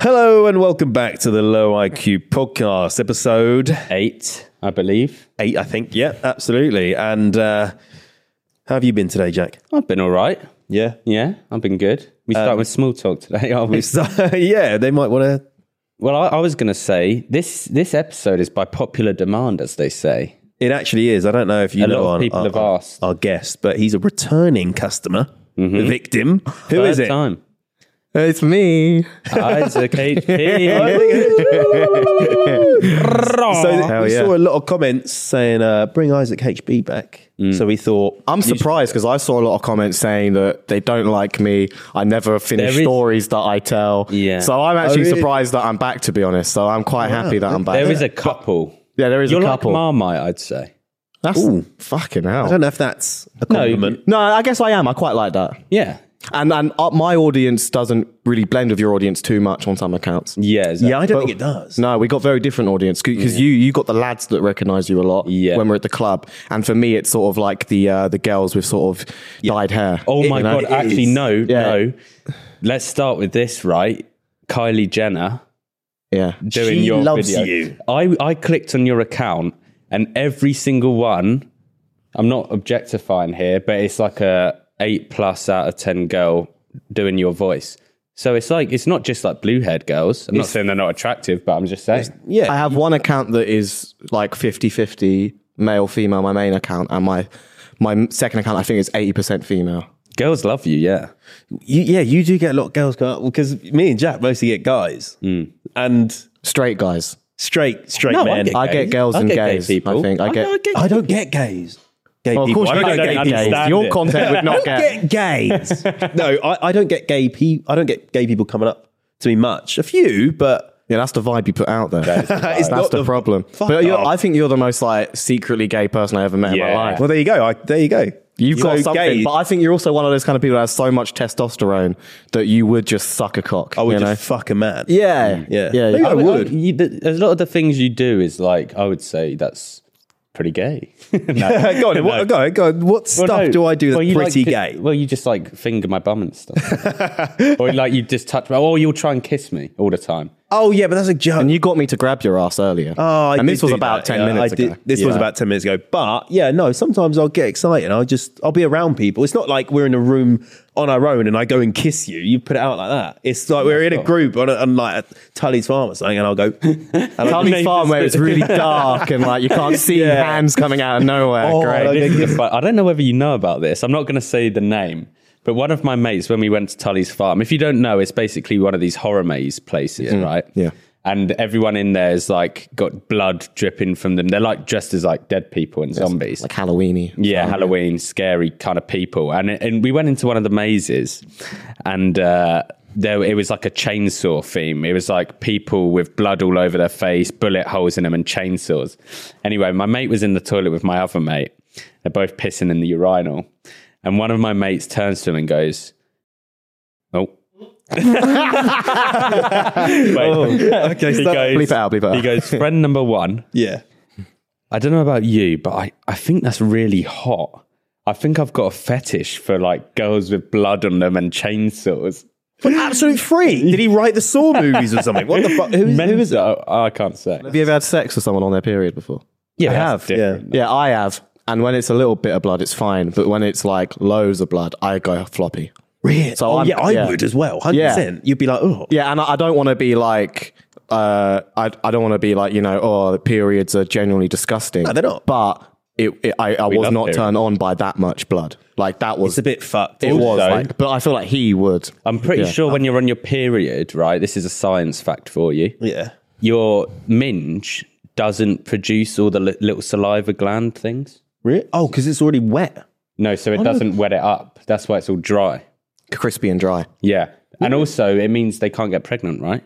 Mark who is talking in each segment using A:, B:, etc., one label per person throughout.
A: Hello and welcome back to the Low IQ podcast, episode
B: Eight, I believe.
A: eight, I think. Yeah, absolutely. And uh, how have you been today, Jack?
B: I've been all right.
A: Yeah.
B: Yeah, I've been good. We start
A: Um,
B: with small talk today, are we?
A: So, yeah, they might want to.
B: Well, I, I was going to say this. This episode is by popular demand, as they say.
A: It actually is. I don't know if you
B: A lot
A: know
B: of
A: our-
B: people
A: our,
B: have
A: our-
B: asked. Mm-hmm.
A: our guest, but he's a returning customer, the victim. Who
B: Third
A: is it?
B: Time.
C: It's me.
B: Isaac
A: I
B: HP.
A: think- so
C: Hell
A: we
C: yeah.
A: saw a lot of comments saying, uh, "Bring Isaac HB back."
B: Mm.
A: So we thought, um,
C: I'm surprised because I saw a lot of comments saying that they don't like me. I never finish
B: There is-
C: stories that I tell.
B: Yeah. Oh,
C: So I'm actually
A: really?
C: surprised that I'm back, to be honest. So I'm quite happy that I'm back.
B: There is a couple.
C: yeah, there is
B: You're
C: a
B: like
C: couple.
B: Marmite, I'd say.
C: That's
A: Ooh.
C: fucking
A: I
C: hell.
A: don't know if that's a compliment.
C: No, I guess I am. I quite like that.
B: Yeah.
C: And and uh, my audience doesn't really blend with your audience too much on some accounts.
B: Yeah. Exactly.
A: yeah, I don't think it does.
C: No, we got very different audience because you you got the lads that recognise you a lot
B: Yeah.
C: when we're at the club, and for me it's sort of like the uh, the girls with sort of dyed hair.
B: Oh my
C: You know?
B: god! Actually, no,
C: Yeah.
B: no. Let's start with this, right? Kylie Jenner
C: yeah.
B: doing
A: She
B: your
A: loves
B: video.
A: you.
B: I I clicked on your account, and every single one. I'm not objectifying here, but it's like a eight plus out of ten girl doing your voice. So it's like it's not just like blue haired girls. I'm not saying they're not attractive, but I'm just saying.
A: Yeah,
C: I have one account that is like 50-50 male female, my main account, and my my second account I think is eighty percent female.
B: Girls love you, yeah.
A: you, yeah, you do get a lot of girls go because me and Jack mostly get guys and
C: Straight guys.
A: straight straight
B: No, I
A: men.
B: get
A: I,
C: Hmm. I get
B: Gays.
C: girls
B: I
C: and
B: get gay
C: gays.
B: people.
C: I think I
B: I
C: get.
B: know, I get-
A: I don't get gays. Gay
C: Well, of
A: people.
C: course, you
A: I
C: don't
B: don't
C: get
B: understand
C: gays.
B: it.
C: Your content would not
A: I
C: get.
A: don't get gays. no, I, I don't get gay people. I don't get gay people coming up to me much. A few, but
C: Yeah, that's the vibe you put out there.
A: It's
C: that's
A: not
C: the,
A: the-
C: problem.
A: Fuck
C: But you're,
A: off.
C: I think you're the most like secretly gay person I ever met in
B: Yeah.
C: my life.
A: well, there you go. I, there you go.
C: You've got
A: So
C: something,
A: gay-
C: but I think you're also one of those kind of people that has so much testosterone that you would just suck a cock.
A: I would
C: you
A: just Mm,
C: know?
A: fuck a man.
C: yeah, yeah, yeah.
A: Maybe I would.
B: You, the, a lot of the things you do is like I would say that's pretty gay.
A: go on. What, go on. Go on. What stuff do I do that's
B: you
A: pretty
B: like,
A: gay?
B: Well, you just like finger my bum and stuff, or like you just touch. my Or you'll try and kiss me all the time.
A: oh yeah, but that's a joke.
C: And you got me to grab your ass earlier.
A: Oh, I
C: and
A: did
C: this was
A: do
C: about
A: that,
C: ten
A: yeah.
C: minutes
A: I did-
C: ago.
A: this was about ten minutes ago. But yeah, no. Sometimes I'll get excited. I'll just I'll be around people. It's not like we're in a room on our own and I go and kiss you. You put it out like that. It's like we're in a group on, a, on like a Tully's farm or something, and I'll go. and I'll
C: Tully's
A: just-
C: farm where it's really dark and like you can't see hands coming out of nowhere. Great.
A: Oh, I
B: This is the fu- I don't know whether you know about this. I'm not going to say the name, but one of my mates, when we went to Tully's Farm, if you don't know, it's basically one of these horror maze places,
A: Mm-hmm.
B: right?
C: yeah.
B: And everyone in there is like got blood dripping from them. They're like dressed as like dead people and zombies.
C: Like Halloweeny.
B: yeah, Halloween, scary kind of people. And and we went into one of the mazes, and uh, there it was like a chainsaw theme. It was like people with blood all over their face, bullet holes in them, and chainsaws. Anyway, my mate was in the toilet with my other mate. They're both pissing in the urinal, and one of my mates turns to him and goes, "Oh." Wait.
C: Oh,
A: okay,
B: He
A: so-
B: goes-
C: bleep it out, bleep it
B: He
C: out.
B: goes, friend number one,
A: yeah.
B: I don't know about you, but I, I think that's really hot. I think I've got a fetish for like girls with blood on them and chainsaws.
A: But absolute freak. Did he write the Saw movies or something? What the fuck? Who,
B: Men-
A: who is that?
B: Oh, I can't say.
C: Have you ever had sex with someone on their period before?
B: Yeah,
A: I
B: that's
A: have, yeah.
B: different.
C: Yeah, I have. And when it's a little bit of blood, it's fine. But when it's like loads of blood, I go floppy.
A: Really?
C: So
A: oh,
C: I'm-
A: yeah, I
C: yeah.
A: would as well. Hundred
C: Yeah.
A: percent. You'd be like, oh,
C: Yeah, and I, I don't want to be like, uh, I, I don't want to be like, you know, oh, the periods are generally disgusting. No,
A: they're not.
C: But it, it, I, I was
B: love
C: not
B: periods.
C: turned on by that much blood. Like that was,
A: it's a bit Uh, fucked.
C: it was
B: Also-
C: like, but I feel like he would.
B: I'm pretty sure when you're on your period, right? This is a science fact for you.
A: Yeah.
B: Your minge doesn't produce all the li- little saliva gland things.
A: Really? Oh, because it's already wet.
B: No, so
A: Oh.
B: it doesn't wet it up. That's why it's all dry.
C: Crispy and dry.
B: Yeah. And also, it means they can't get pregnant, right?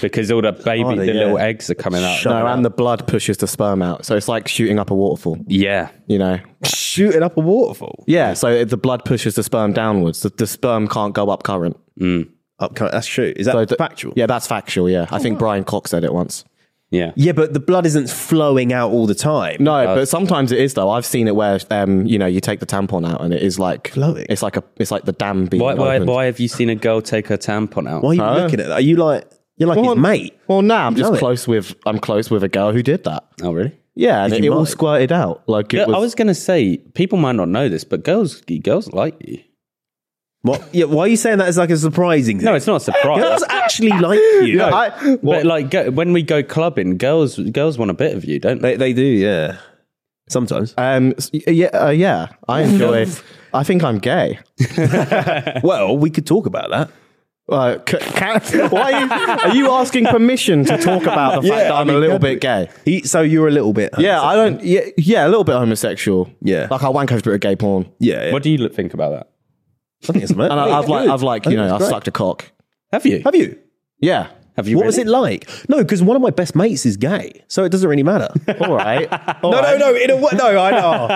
B: because all the baby,
A: Harder, yeah.
B: the little eggs are coming out.
A: Shut
C: No,
A: up.
C: and the blood pushes the sperm out. So it's like shooting up a waterfall,
B: Yeah,
C: you know?
A: Shooting up a waterfall.
C: Yeah, so it- the blood pushes the sperm downwards. The, the sperm can't go up current.
A: Up, current- that's true. Is that
C: So the-
A: factual?
C: Yeah, that's factual, yeah. I think Brian Cox said it once.
B: yeah,
A: Yeah, but the blood isn't flowing out all the time.
C: No, but sometimes it is though. I've seen it where um, you know, you take the tampon out and it is like
A: Glowing.
C: It's like a it's like the dam being
B: Why, why,
C: opened.
B: why have you seen a girl take her tampon out?
A: Why are you looking at that? Are you like you're like his mate?
C: Well, nah, I'm just
A: know it.
C: close with I'm close with a girl who did that.
B: Oh, really?
C: Yeah, and
A: Did
C: it,
A: you
C: all
A: mind?
C: squirted out like it
B: Yeah,
C: was,
B: I was gonna say people might not know this, but girls, girls like you.
A: What? Yeah. Why are you saying that as like a surprising thing?
B: No, it's not a surprise.
A: Girls actually like you.
C: Yeah, I,
B: but like go, when we go clubbing, girls, girls want a bit of you, don't they?
A: They, they do. Yeah. Sometimes.
C: um, s- yeah, uh, yeah, I enjoy. I think I'm gay.
A: Well, we could talk about that.
C: Uh, c- can, why are you, are you asking permission to talk about the fact that I'm a little bit gay?
A: He, so you're a little bit.
C: Yeah, I don't. Yeah, yeah, a little bit homosexual.
A: Yeah.
C: like I wank over a bit of gay porn,
A: Yeah. yeah.
B: What do you look- think about that?
A: I think it's
C: and I, I've like, I've like, you know, I've sucked a cock.
B: Have you?
A: Have you?
C: Yeah,
B: Have you
A: what was it
B: really?
A: like? No, because one of my best mates is gay, so it doesn't really matter.
C: all right. All
A: no,
C: right.
A: no, no. In a what? No, I know.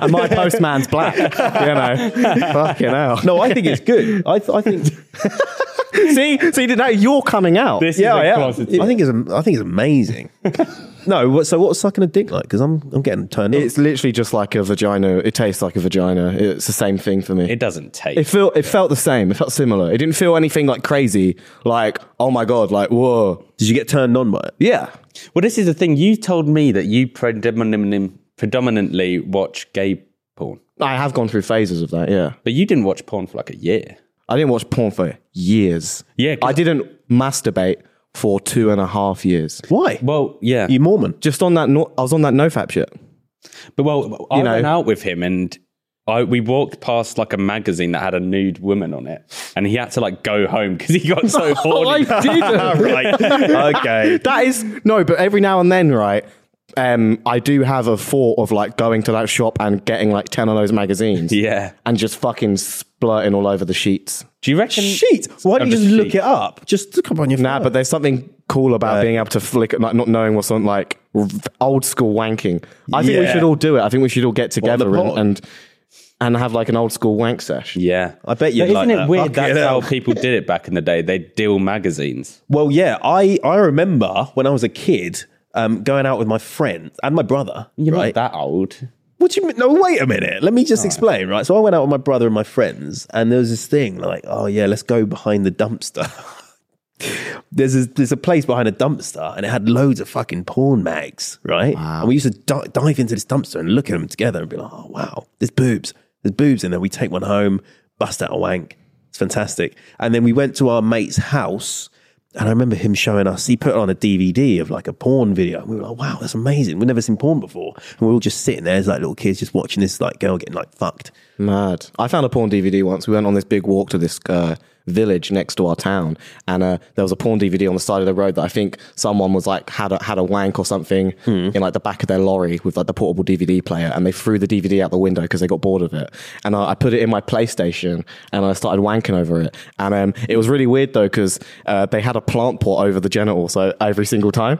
C: And my postman's black. You know, fucking hell.
A: No, I think it's good. I, th- I think.
C: see, see, now you're coming out.
B: This
A: Yeah,
B: is a
A: I am.
B: closet-
A: I think it's. am- I think it's amazing. no, what- so what's sucking a dick like? Because I'm. I'm getting turned. on.
C: It's literally just like a vagina. It tastes like a vagina. It's the same thing for me.
B: It
C: It,
B: doesn't take.
C: felt it felt the same. It felt similar. It didn't feel anything like crazy. Like oh my god. Like whoa.
A: Did you get turned on by it?
C: Yeah.
B: well, this is the thing. You told me that you predominantly, predominantly watch gay porn,
C: I have gone through phases of that. Yeah.
B: but you didn't watch porn for like a year.
C: I didn't watch porn for years.
B: Yeah, 'cause-
C: I didn't masturbate for two and a half years.
A: Why?
B: Well, yeah,
A: you Mormon.
C: Just on that. No- I was on that nofap shit.
B: but well, I
C: know.
B: went out with him and. I, we walked past like a magazine that had a nude woman on it, and he had to like go home because he got so horny.
C: didn't.
A: okay.
C: That is no, but every now and then, right? Um, I do have a thought of like going to that shop and getting like ten of those magazines,
B: Yeah.
C: and just fucking splurting all over the sheets.
B: Do you reckon?
A: Sheet. Why don't you
B: Under
A: just look
B: sheet.
A: it up? Just come on your.
C: Nah,
A: phone.
C: but there's something cool about being able to flick, like not knowing what's on, like r- old school wanking. I think we
A: Yeah.
C: should all do it. I think we should all get together
A: pod?
C: and, and and have like an old school wank sesh.
B: Yeah,
A: I bet you'd
B: But isn't
A: like
B: it
A: that.
B: weird?
A: Fucking
B: That's
A: hell.
B: how people did it back in the day. They deal magazines.
A: Well, yeah, I I remember when I was a kid um, going out with my friend and my brother.
B: You're
A: right?
B: not that old.
A: What do you mean? No, wait a minute. Let me just explain, right? So I went out with my brother and my friends, and there was this thing like, oh yeah, let's go behind the dumpster. there's a, there's a place behind a dumpster, and it had loads of fucking porn mags, right? And we used to di- dive into this dumpster and look at them together and be like, oh wow, there's boobs, there's boobs in there. We take one home, bust out a wank. It's fantastic. And then we went to our mate's house. And I remember him showing us, he put on a DVD of like a porn video. And we were like, wow, that's amazing. We've never seen porn before. And we were all just sitting there as like little kids, just watching this like girl getting like fucked.
C: Mad. I found a porn DVD once. We went on this big walk to this uh, village next to our town, and uh, there was a porn DVD on the side of the road that I think someone was like had a, had a wank or something
A: Hmm.
C: in like the back of their lorry with like the portable DVD player, and they threw the DVD out the window because they got bored of it. And I, I put it in my PlayStation, and I started wanking over it. And um, it was really weird though because uh, they had a plant pot over the genital, so every single time.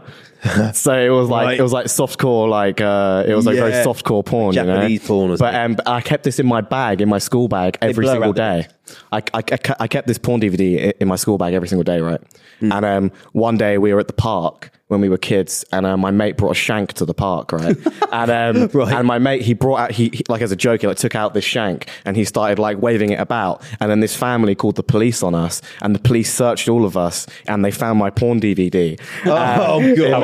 C: so it was like
A: Right.
C: it was like softcore, like uh, it was like very
A: Yeah.
C: softcore porn, you
A: Japanese
C: know?
A: porn or
C: But
A: something.
C: um, I kept this in my bag, in my school bag, every
A: blur
C: single
A: out the
C: day. I, I, I- I kept this porn DVD i- in my school bag every single day, right?
A: Hmm.
C: And um, one day we were at the park when we were kids, and uh, my mate brought a shank to the park, right? and um, and my mate he brought out he, he- like as a joke, he like took out this shank and he started like waving it about, and then this family called the police on us, and the police searched all of us, and they found my porn DVD.
A: Oh, God.
B: How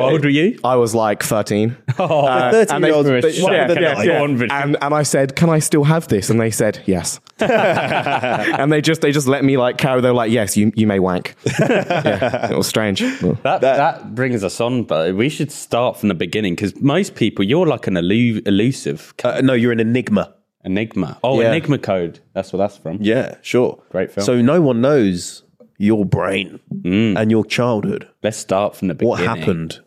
B: old were you? Oh,
C: I was like thirteen.
A: Uh,
C: And they-
A: 13-year-olds
C: they-
A: were
C: yeah,
A: shocked.
C: yeah,
B: Like,
C: yeah.
B: on video.
C: And, and I said, "Can I still have this?" And they said, "Yes." and they just they just let me like carry. They were like, "Yes, you you may wank." yeah, it was strange.
B: That, that brings us on, but we should start from the beginning because most people, you're like an elu- elusive c-
A: Uh, no, you're an enigma.
B: enigma. Oh,
A: Yeah.
B: Enigma Code. That's what that's from.
A: Yeah, sure.
B: Great film. Mm.
A: So no one knows your brain and your childhood.
B: Let's start from the beginning.
A: What happened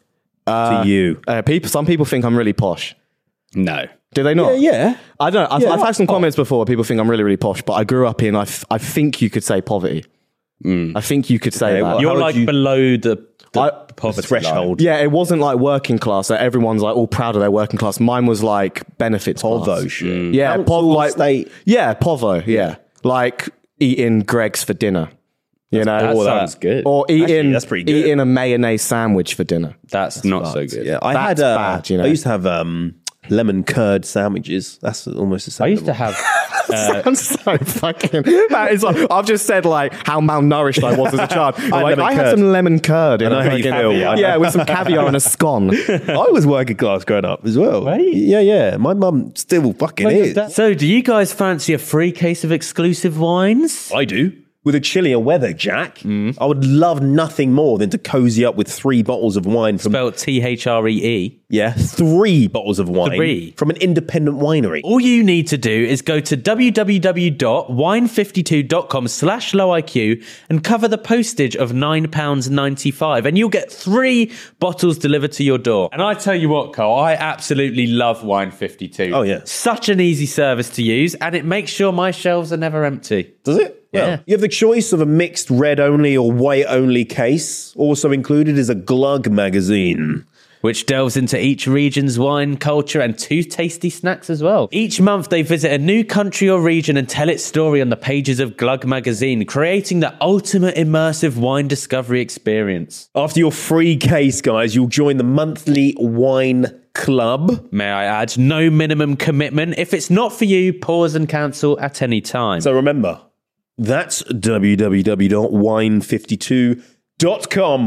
A: to you?
C: Uh, people, some people think I'm really posh.
B: No.
C: Do they not?
A: yeah. Oh.
C: I don't know. I've, I've had some comments before. where People think I'm really, really posh, but I grew up in. I, f- I think you could say poverty. I think you could say
A: Okay,
C: that.
A: well,
B: You're
A: would
B: like
A: you-
B: below the, the
C: I-
B: poverty
A: threshold.
B: Line.
C: yeah, it wasn't like working class. Like everyone's like all proud of their working class. Mine was like benefits. class.
A: Povo shit.
B: Mm.
C: Yeah,
A: Council,
C: pov, like
A: state.
C: Yeah, povo. Yeah, like eating Greg's for dinner. You know,
B: That
C: or,
B: sounds good.
C: or eating
A: that's pretty good.
C: eating a mayonnaise sandwich for dinner.
B: That's not so good.
A: Yeah, I had.
C: That's
A: Uh,
C: bad, you know.
A: I used to have um, lemon curd sandwiches. That's almost the same.
B: I used to have. Uh,
C: I'm so fucking. That is like, I've just said like how malnourished I was as a child. I, like,
A: lemon
C: I had
A: curd.
C: some lemon curd. In
A: I know
C: a
A: how you
C: fucking-
A: feel. I know.
C: Yeah, with some caviar and a scone.
A: I was working class growing up as well.
B: Right?
A: Yeah, yeah. My mum still fucking is.
B: so, do you guys fancy a free case of exclusive wines?
A: I do. With the chillier weather, Jack,
B: Mm.
A: I would love nothing more than to cozy up with three bottles of wine from
B: Spelled T H R E E.
A: yeah, three bottles of wine
B: Three.
A: from an independent winery.
B: All you need to do is go to www.wine52.com slash lowiq and cover the postage of £9.95 and you'll get three bottles delivered to your door. And I tell you what, Cole, I absolutely love Wine 52.
A: Oh, yeah.
B: Such an easy service to use and it makes sure my shelves are never empty.
A: Does it?
B: Yeah.
A: You have the choice of a mixed red only or white only case. Also included is a glug magazine.
B: which delves into each region's wine, culture, and two tasty snacks as well. Each month, they visit a new country or region and tell its story on the pages of Glug magazine, creating the ultimate immersive wine discovery experience.
A: After your free case, guys, you'll join the monthly wine club.
B: May I add, no minimum commitment. If it's not for you, pause and cancel at any time.
A: So remember, that's www.wine52.com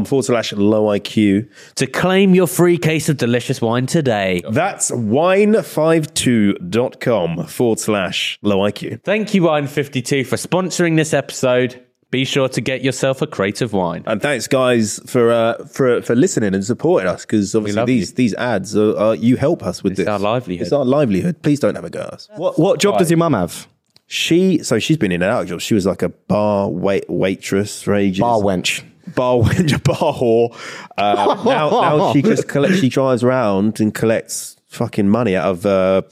A: forward slash low IQ.
B: to claim your free case of delicious wine today.
A: That's wine52.com forward slash low IQ.
B: Thank you, Wine52, for sponsoring this episode. Be sure to get yourself a crate of wine.
A: And thanks, guys, for uh, for for listening and supporting us because obviously
B: love
A: these
B: you.
A: these ads are, are you help us with
B: It's
A: this.
B: our livelihood.
A: It's our livelihood. Please don't have a go at us.
C: What, what job does your mum have?
A: She so she's been in and out of jobs. She was like a bar wait waitress for ages.
C: Bar wench.
A: bar wench, bar whore. Uh, now, now she just collect, she drives around and collects fucking money out of uh,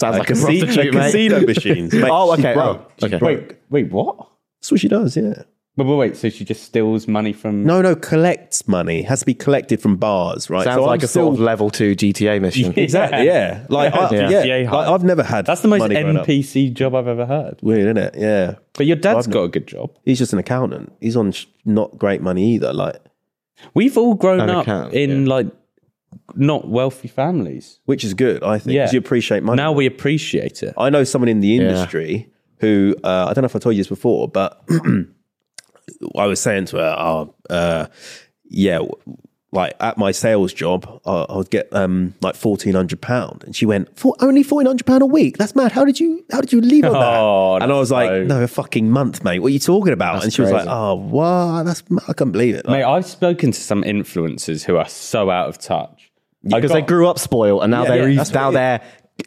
C: Sounds like a
A: casino,
C: prostitute, mate.
A: casino machines. Mate,
C: Oh,
A: she's
C: okay,
A: broke.
C: oh,
A: She's
C: okay.
A: broke.
B: wait, what?
A: That's what she does. Yeah.
B: Wait, wait, wait. So she just steals money from.
A: No, no, collects money has to be collected from bars, right?
C: Sounds
A: So
C: like
A: I'm
C: a
A: still-
C: sort of level two GTA mission.
A: exactly, yeah. Like, I,
C: Yeah.
A: yeah.
B: Yeah.
A: Like, I've never had
B: That's the most
A: money growing up.
B: NPC job I've ever heard.
A: Weird, isn't it? Yeah,
B: But your dad's
A: I've
B: got a good job.
A: he's just an accountant. He's on sh- not great money either. Like,
B: We've all grown
C: An
B: up
C: account,
B: in like not wealthy families.
A: which is good, I think. 'cause
B: Yeah.
A: you appreciate money.
B: Now we appreciate it.
A: I know someone in the industry who uh, I don't know if I told you this before, but I was saying to her, oh, uh, yeah, w- like at my sales job, I, I would get um, like fourteen hundred pound, and she went for only fourteen hundred pound a week. That's mad. How did you how did you leave on that?
B: Oh,
A: and I was like, no, a fucking month, mate. What are you talking about? and she was
C: crazy.
A: like, oh, what? That's mad. I can't believe it. Like,
B: Mate, I've spoken to some influencers who are so out of touch. I
C: because they
B: got-
C: grew up spoiled and now
A: Yeah,
C: they're e-
A: yeah, that's
C: now
A: what it
C: they're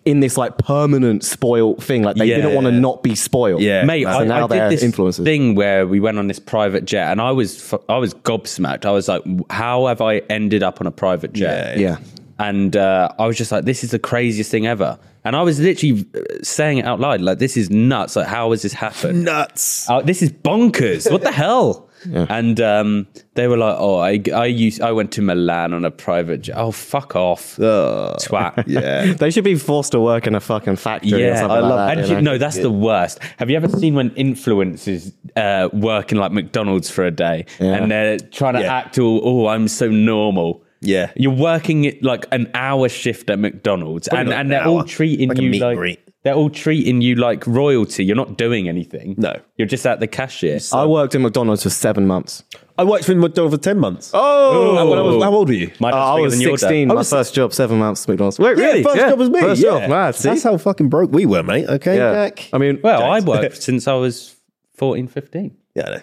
C: in this like permanent spoiled thing. Like they
B: Yeah.
C: didn't want to not be spoiled.
A: Yeah.
B: Mate,
C: So
B: I,
C: now
B: I did
C: they're
B: this
C: influencers.
B: thing where we went on this private jet, and I was fu- I was gobsmacked. I was like, "How have I ended up on a private jet?"
C: Yeah.
B: and uh, I was just like, "This is the craziest thing ever." And I was literally uh, saying it out loud, like, "This is nuts! Like, how has this happened?
A: nuts.
B: Uh, this is bonkers! What the hell?" And um, they were like, "Oh, I I used I went to Milan on a private jet. Oh, fuck off, twat!
A: Yeah.
C: They should be forced to work in a fucking factory or
B: Yeah,
C: something like that.
B: And
C: you
B: you-
C: know?
B: no, that's the worst. Have you ever seen when influencers uh, work in like McDonald's for a day and they're trying to
A: Yeah.
B: act all, oh, I'm so normal.
A: Yeah.
B: you're working it like an hour shift at McDonald's, and,
A: not
B: and
A: an
B: they're all
A: hour.
B: treating
A: Like a
B: you
A: meet and
B: like
A: greet.
B: they're all treating you like royalty. You're not doing anything.
A: No.
B: you're just at the cashier.
C: I worked in McDonald's for seven months.
A: I worked for McDonald's for ten months.
C: Oh,
A: How- how old- how old were you?
B: My dad's
C: I
B: bigger
C: was
B: than your dad.
C: 16. My
A: was-
C: first job, seven months, McDonald's. Wait,
A: Yeah,
C: really?
A: first job was me.
C: First
A: yeah.
C: job. Wow, see?
A: That's how fucking broke we were, mate. Okay,
C: Yeah.
A: Jack.
C: I mean,
B: Well, I worked since I was 14, 15
A: yeah, no.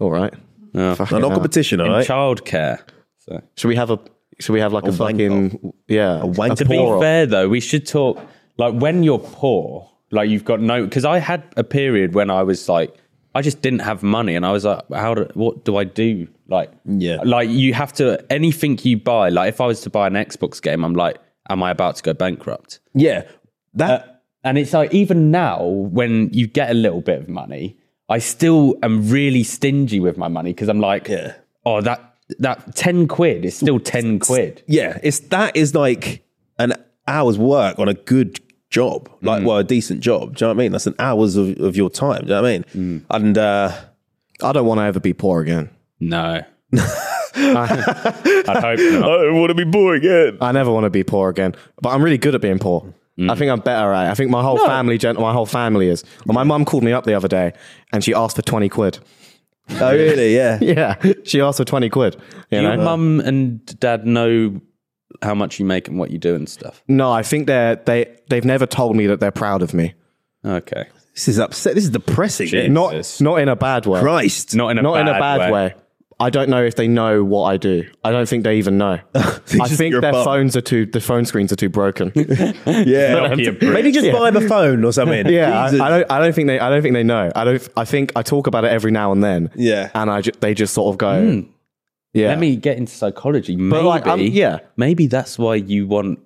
C: all right. Fuck
A: no,
C: it,
A: not
C: no.
A: competition, all
B: in
A: right?
B: childcare. So.
C: Should we have a? Should we have like a
A: wank
C: fucking yeah? A
A: wank
B: to
A: off.
B: be
C: pour-off.
B: fair though we should talk like when you're poor like you've got no because i had a period when i was like i just didn't have money and i was like how do what do i do like
A: Yeah.
B: like you have to anything you buy like if i was to buy an xbox game i'm like am i about to go bankrupt
A: yeah. That
B: and it's like even now when you get a little bit of money I still am really stingy with my money because I'm like,
A: Yeah.
B: oh, that that ten quid is still ten quid.
A: Yeah, it's that is like an hour's work on a good job, like well, a decent job. Do you know what I mean? That's an hours of, of your time. Do you know what I mean? And uh,
C: I don't want to ever be poor again.
B: No, I hope not.
A: don't want to be poor again.
C: I never want to be poor again. But I'm really good at being poor. I think I'm better at it. I think my whole family, gen- my whole family is. Well, my mum called me up the other day and she asked for 20 quid.
A: Oh, really? Yeah.
C: Yeah, she asked for 20 quid. You
B: Do
C: know?
B: your mum and dad know how much you make and what you do and stuff?
C: No, I think they're, they, they've never told me that they're proud of me.
B: Okay,
A: This is upset. This is depressing.
B: Shit.
A: Not
C: Not, not in a bad way.
A: Christ.
B: not in a
C: not
B: bad
C: in a bad way. I don't know if they know what I do. I don't think they even know. I
A: just-
C: think
A: you're a
C: their
A: bum.
C: phones are too. The phone screens are too broken.
A: Yeah.
B: Nokia brick.
A: Maybe just buy them a phone or something.
C: yeah, I,
A: Jesus.
C: I don't. I don't think they. I don't think they know. I don't. I think I talk about it every now and then.
A: Yeah.
C: and I ju- they just sort of go. Yeah,
B: Hmm. Let me get into psychology. Maybe,
C: But like, I'm- yeah.
B: maybe that's why you want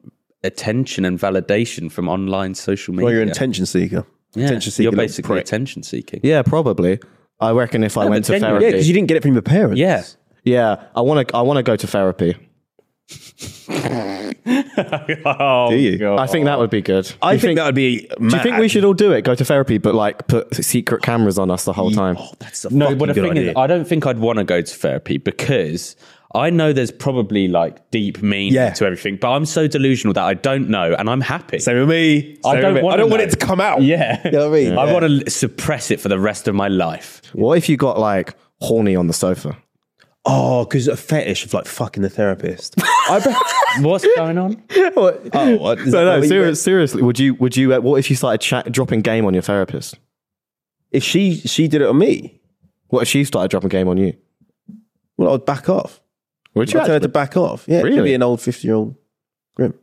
B: attention and validation from online social media.
A: Well, you're an attention seeker.
B: Yeah,
A: Attention seeker.
B: You're
A: little
B: basically
A: prick.
B: attention seeking.
C: Yeah, probably. I reckon if I went
B: but
C: to
B: then-
C: therapy.
A: Yeah, because you didn't get it from your parents.
B: Yeah.
C: yeah, I want to. I want to go to therapy.
B: Oh,
A: Do you?
C: I think that would be good.
A: I
C: You
A: think, that would be.
C: Do you think we should all do it? Go to therapy, but like put secret cameras on us the whole time.
A: Oh, that's a
B: No,
A: fucking
B: but the
A: good
B: thing
A: idea.
B: is, I don't think I'd want to go to therapy because I know there's probably like deep meaning
A: Yeah.
B: to everything, but I'm so delusional that I don't know and I'm happy.
A: Same with me.
B: I
A: Same
B: don't
A: with me.
B: wanna
A: I don't want
B: know.
A: it to come out.
B: yeah.
A: You know what I mean?
B: I
A: Yeah.
B: want to suppress it for the rest of my life.
C: What if you got like horny on the sofa?
A: Oh, because a fetish of like fucking the therapist. I bet.
B: What's going on?
A: Oh, what? Is that
C: No, no,
A: what you
C: seri-
A: bet?
C: seriously, would you? Would you? Uh, what if you started chat, dropping game on your therapist?
A: If she she did it on me,
C: What if she started dropping game on you?
A: well, I'd back off.
C: Would you?
A: I'd tell her to
C: actually?
A: back off. Yeah, really?
C: Really?
A: be an old fifty-year-old.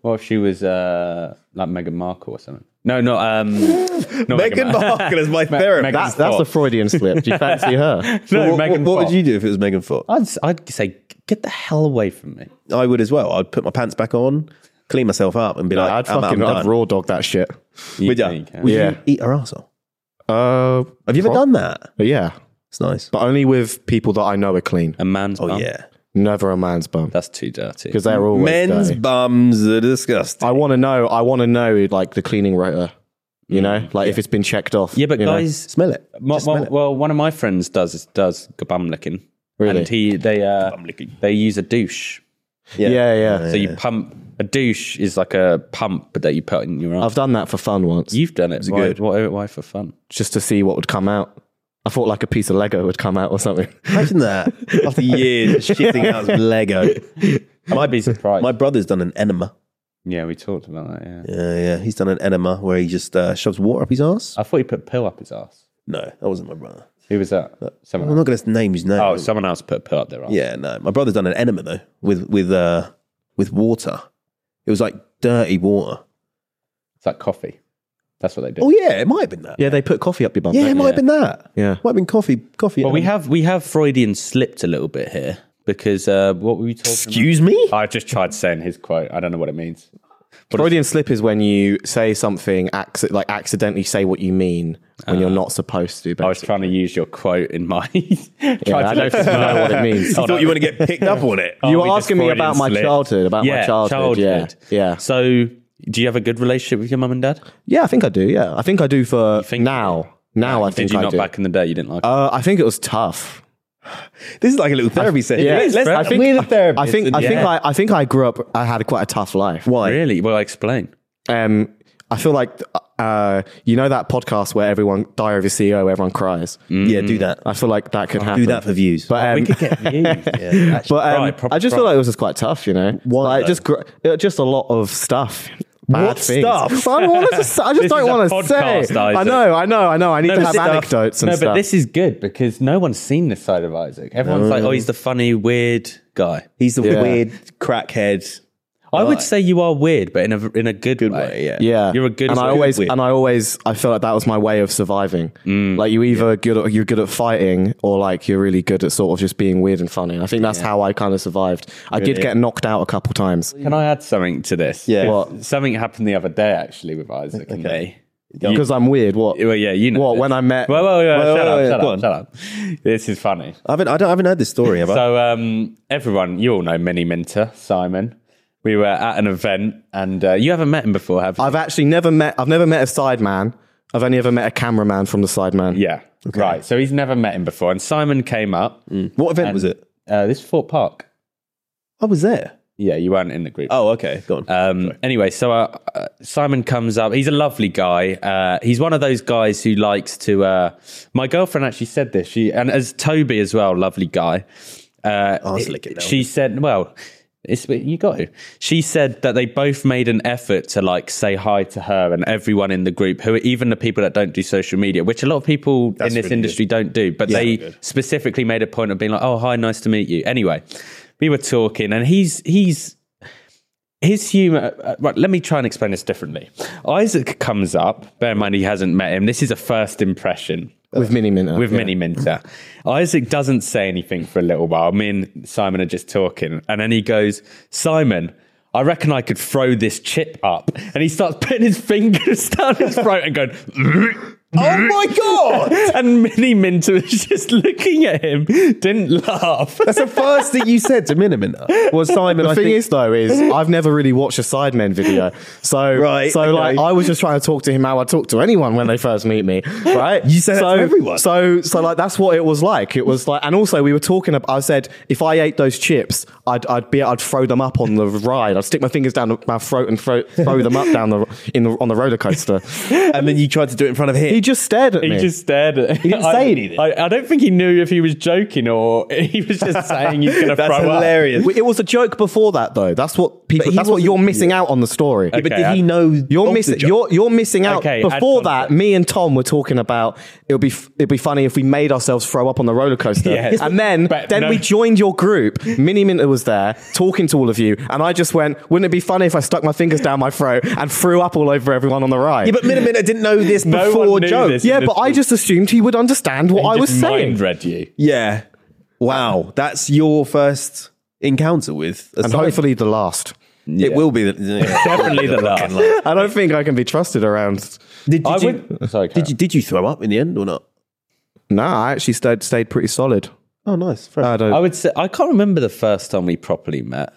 B: Or if she was uh, like Meghan Markle or something. No, no. Um, not
A: Meghan
B: Mar-
A: Markle is my
B: Me-
A: therapist.
B: Meghan
C: That's, that's a
B: Fox.
C: Freudian slip. Do you fancy her?
B: no,
A: what,
B: Megan.
A: what, what would you do if it was Megan Fox?
B: I'd, I'd say, get the hell away from me.
A: I would as well. I'd put my pants back on, clean myself up, and be like,
C: I'd
A: I'm,
C: fucking
A: I'm
C: I'd
A: done.
C: raw dog that shit.
A: Would ya?
B: think, huh?
A: Would
C: Yeah.
A: you eat her arsehole?
C: Uh,
A: Have you ever done that?
C: yeah,
A: It's nice.
C: but only with people that I know are clean.
B: A man's
A: Oh
B: bum?
A: yeah,
C: Never a man's bum
B: That's too dirty.
C: because they're always
A: men's
C: dirty.
A: bums are disgusting.
C: I want to know. I want to know like the cleaning rotor. You know, like if it's been checked off.
B: Yeah, but
C: you know?
B: guys,
A: Smell it.
B: my-
A: Just smell
B: my-
A: it.
B: well, one of my friends does does bum licking.
C: Really?
B: And he they uh they use a douche.
C: yeah, yeah.
B: So you pump a douche is like a pump that you put in your arm.
C: I've done that for fun once,
B: You've done it. Why,
A: good.
B: Why, why for fun?
C: just to see what would come out. I thought like a piece of Lego would come out or something.
A: Imagine that after years of shitting out some Lego.
B: I'd be surprised.
A: My brother's done an enema.
B: yeah, we talked about that. Yeah.
A: Yeah, yeah. He's done an enema where he just uh, shoves water up his ass.
B: I thought he put a pill up his ass.
A: No, that wasn't my brother.
B: Who was that?
A: I'm
B: Someone. Else.
A: not going to name his name.
B: Oh, someone else put a pill up their ass.
A: yeah, no. My brother's done an enema though with with uh, with water. It was like dirty water.
B: It's like coffee. That's what they do.
A: Oh yeah, it might have been that. Yeah,
C: yeah, they put coffee up your bum.
A: it
C: don't
A: might have
C: they?
A: been that.
C: Yeah.
A: might have been coffee. Coffee.
B: Well, we
A: enema.
B: have we have Freudian slipped a little bit here because uh, what were we talking?
A: Excuse me.
B: about? I just tried saying his quote. I don't know what it means.
C: Freudian slip is when you say something acc- like accidentally say what you mean when you're not supposed to.
B: I was trying to use your quote in my. yeah,
C: I don't think you know what it means.
A: I thought you want to get picked up on it.
C: you were asking me about my childhood, about my childhood. Yeah, yeah,
B: So, do you have a good relationship with your mum and dad?
C: yeah. I think I do. Yeah, I think I do for
B: think-
C: now. Now I think
B: Did you
C: I
B: not
C: do.
B: back in the day? You didn't like.
C: uh, I think it was tough.
A: This is like a little therapy session.
C: yeah.
A: Let's-
B: I think-
A: we're the therapist.
C: I think. I
A: and-
C: think.
A: Yeah.
C: I, I think I grew up. I had quite a tough life.
A: why?
B: really? Well, explain.
C: Um, I feel like uh, you know that podcast where everyone Diary of a CEO, where everyone cries.
A: Yeah, do that.
C: I feel like that could happen.
A: Do that for views.
C: But um,
B: we could get views.
C: But um,
B: Right, proper
C: I just
B: crime.
C: feel like it was just quite tough, you know.
A: Why,
C: Like
A: though?
C: just gr- uh, just a lot of stuff. Bad
A: What
C: things.
A: stuff?
C: I don't want to. s- I just
B: This
C: don't
B: is a
C: want to say.
B: podcast,
C: I
B: Isaac.
C: know. I know. I know. I need to
B: but
C: have
B: this-
C: anecdotes and
B: no,
C: stuff.
B: but this is good because no one's seen this side of Isaac. Everyone's like, "Oh, he's the funny, weird guy."
A: He's the
C: Yeah.
A: weird crackhead.
B: I would say you are weird, but in a in a good, way.
A: yeah.
C: yeah,
B: You're a good-
C: and I
B: good
C: always
B: whip.
C: and I always I feel like that was my way of surviving.
B: Mm.
C: Like you either good at, you're good at fighting or like you're really good at sort of just being weird and funny. I think that's how I kind of survived. I did get knocked out a couple times.
B: Can I add something to this?
A: Yeah.
B: Something happened the other day actually with Isaac and me.
C: because I'm weird. What?
B: Well, yeah, you know.
C: What?
B: this.
C: When I met?
B: Well, well, yeah,
A: Well,
B: shut
A: well,
B: up,
A: yeah,
B: shut
A: go
B: up,
A: on.
B: shut up. This is funny.
A: I haven't, I, don't, I haven't heard this story, have I?
B: So, um, everyone, you all know Mini Minter, Simon. We were at an event, and uh, you haven't met him before, have you?
C: I've actually never met. I've never met a sideman. I've only ever met a cameraman from the sideman.
B: yeah, right. So he's never met him before, and Simon came up.
A: what event was it?
B: Uh, this is Fort Park.
A: I was there.
B: Yeah, you weren't in the group.
A: Oh, okay. Go on.
B: Um, anyway, so uh, uh, Simon comes up. He's a lovely guy. Uh, he's one of those guys who likes to. Uh, my girlfriend actually said this. She and as Toby as well, lovely guy. Uh,
A: was licking that
B: she said, "Well, it's you got to." She said that they both made an effort to like say hi to her and everyone in the group, who even the people that don't do social media, which a lot of people in this
A: really
B: industry don't do, but they specifically made a point of being like, "Oh, hi, nice to meet you." Anyway, we were talking, and he's he's his humor. Uh, right, let me try and explain this differently. Isaac comes up. Bear in mind, he hasn't met him. This is a first impression
C: with Mini Minter.
B: with Minnie Minter. Isaac doesn't say anything for a little while. Me and Simon are just talking, and then he goes, "Simon." I reckon I could throw this chip up. And he starts putting his fingers down his throat and going,
A: oh my god!
B: and Minnie Minter was just looking at him, didn't laugh.
A: That's the first thing you said to Minimin. Was Simon?
C: The
A: I
C: thing
A: think,
C: is, though, is I've never really watched a Sidemen video, so
A: Right,
C: so like
A: okay.
C: I was just trying to talk to him how I talk to anyone when they first meet me, right?
A: You said that
C: so,
A: to everyone.
C: So so like that's what it was like. It was like, and also we were talking. About, I said if I ate those chips, I'd I'd be I'd throw them up on the ride. I'd stick my fingers down my throat and throw throw them up down the in the on the roller coaster.
A: and then you tried to do it in front of him.
C: He just stared at
B: He
C: me.
B: just stared at He
A: didn't say anything.
B: I, I don't think he knew if he was joking or he was just saying he's going to throw
A: That's
B: up.
A: hilarious.
C: it was a joke before that, though. That's what people.
A: he
C: That's what
A: wasn't-
C: you're missing out on the story.
A: But
B: Okay,
A: did
B: I-
A: he know of
C: You're
A: the
C: missing.
A: joke?
C: You're you're missing out.
B: Okay, add
C: Before that,
B: context.
C: me and Tom were talking about it would be f- it'd be funny if we made ourselves throw up on the roller coaster.
B: Yes.
C: And then
B: But
C: then
B: no-
C: we joined your group. Mini Minter was there talking to all of you, and I just went, "Wouldn't it be funny if I stuck my fingers down my throat and threw up all over everyone on the ride?"
A: yeah, but Minimin didn't know this
B: No one
A: before
B: knew
A: joke.
B: this.
C: yeah,
B: in
C: but
B: the-
C: I just assumed he would understand what
B: He
C: I
B: just
C: was saying.
B: mind read you.
A: Yeah. Wow. That's your first encounter with. A
C: and
A: Simon.
C: hopefully the last.
A: it will be. The,
B: Definitely the last.
C: I don't think I can be trusted around.
A: Did, did
B: I
A: you,
B: would. Sorry,
A: did you did you throw up in the end or not?
C: Nah, I actually stayed stayed pretty solid.
A: Oh, nice.
C: I don't.
B: I would say I can't remember the first time we properly met.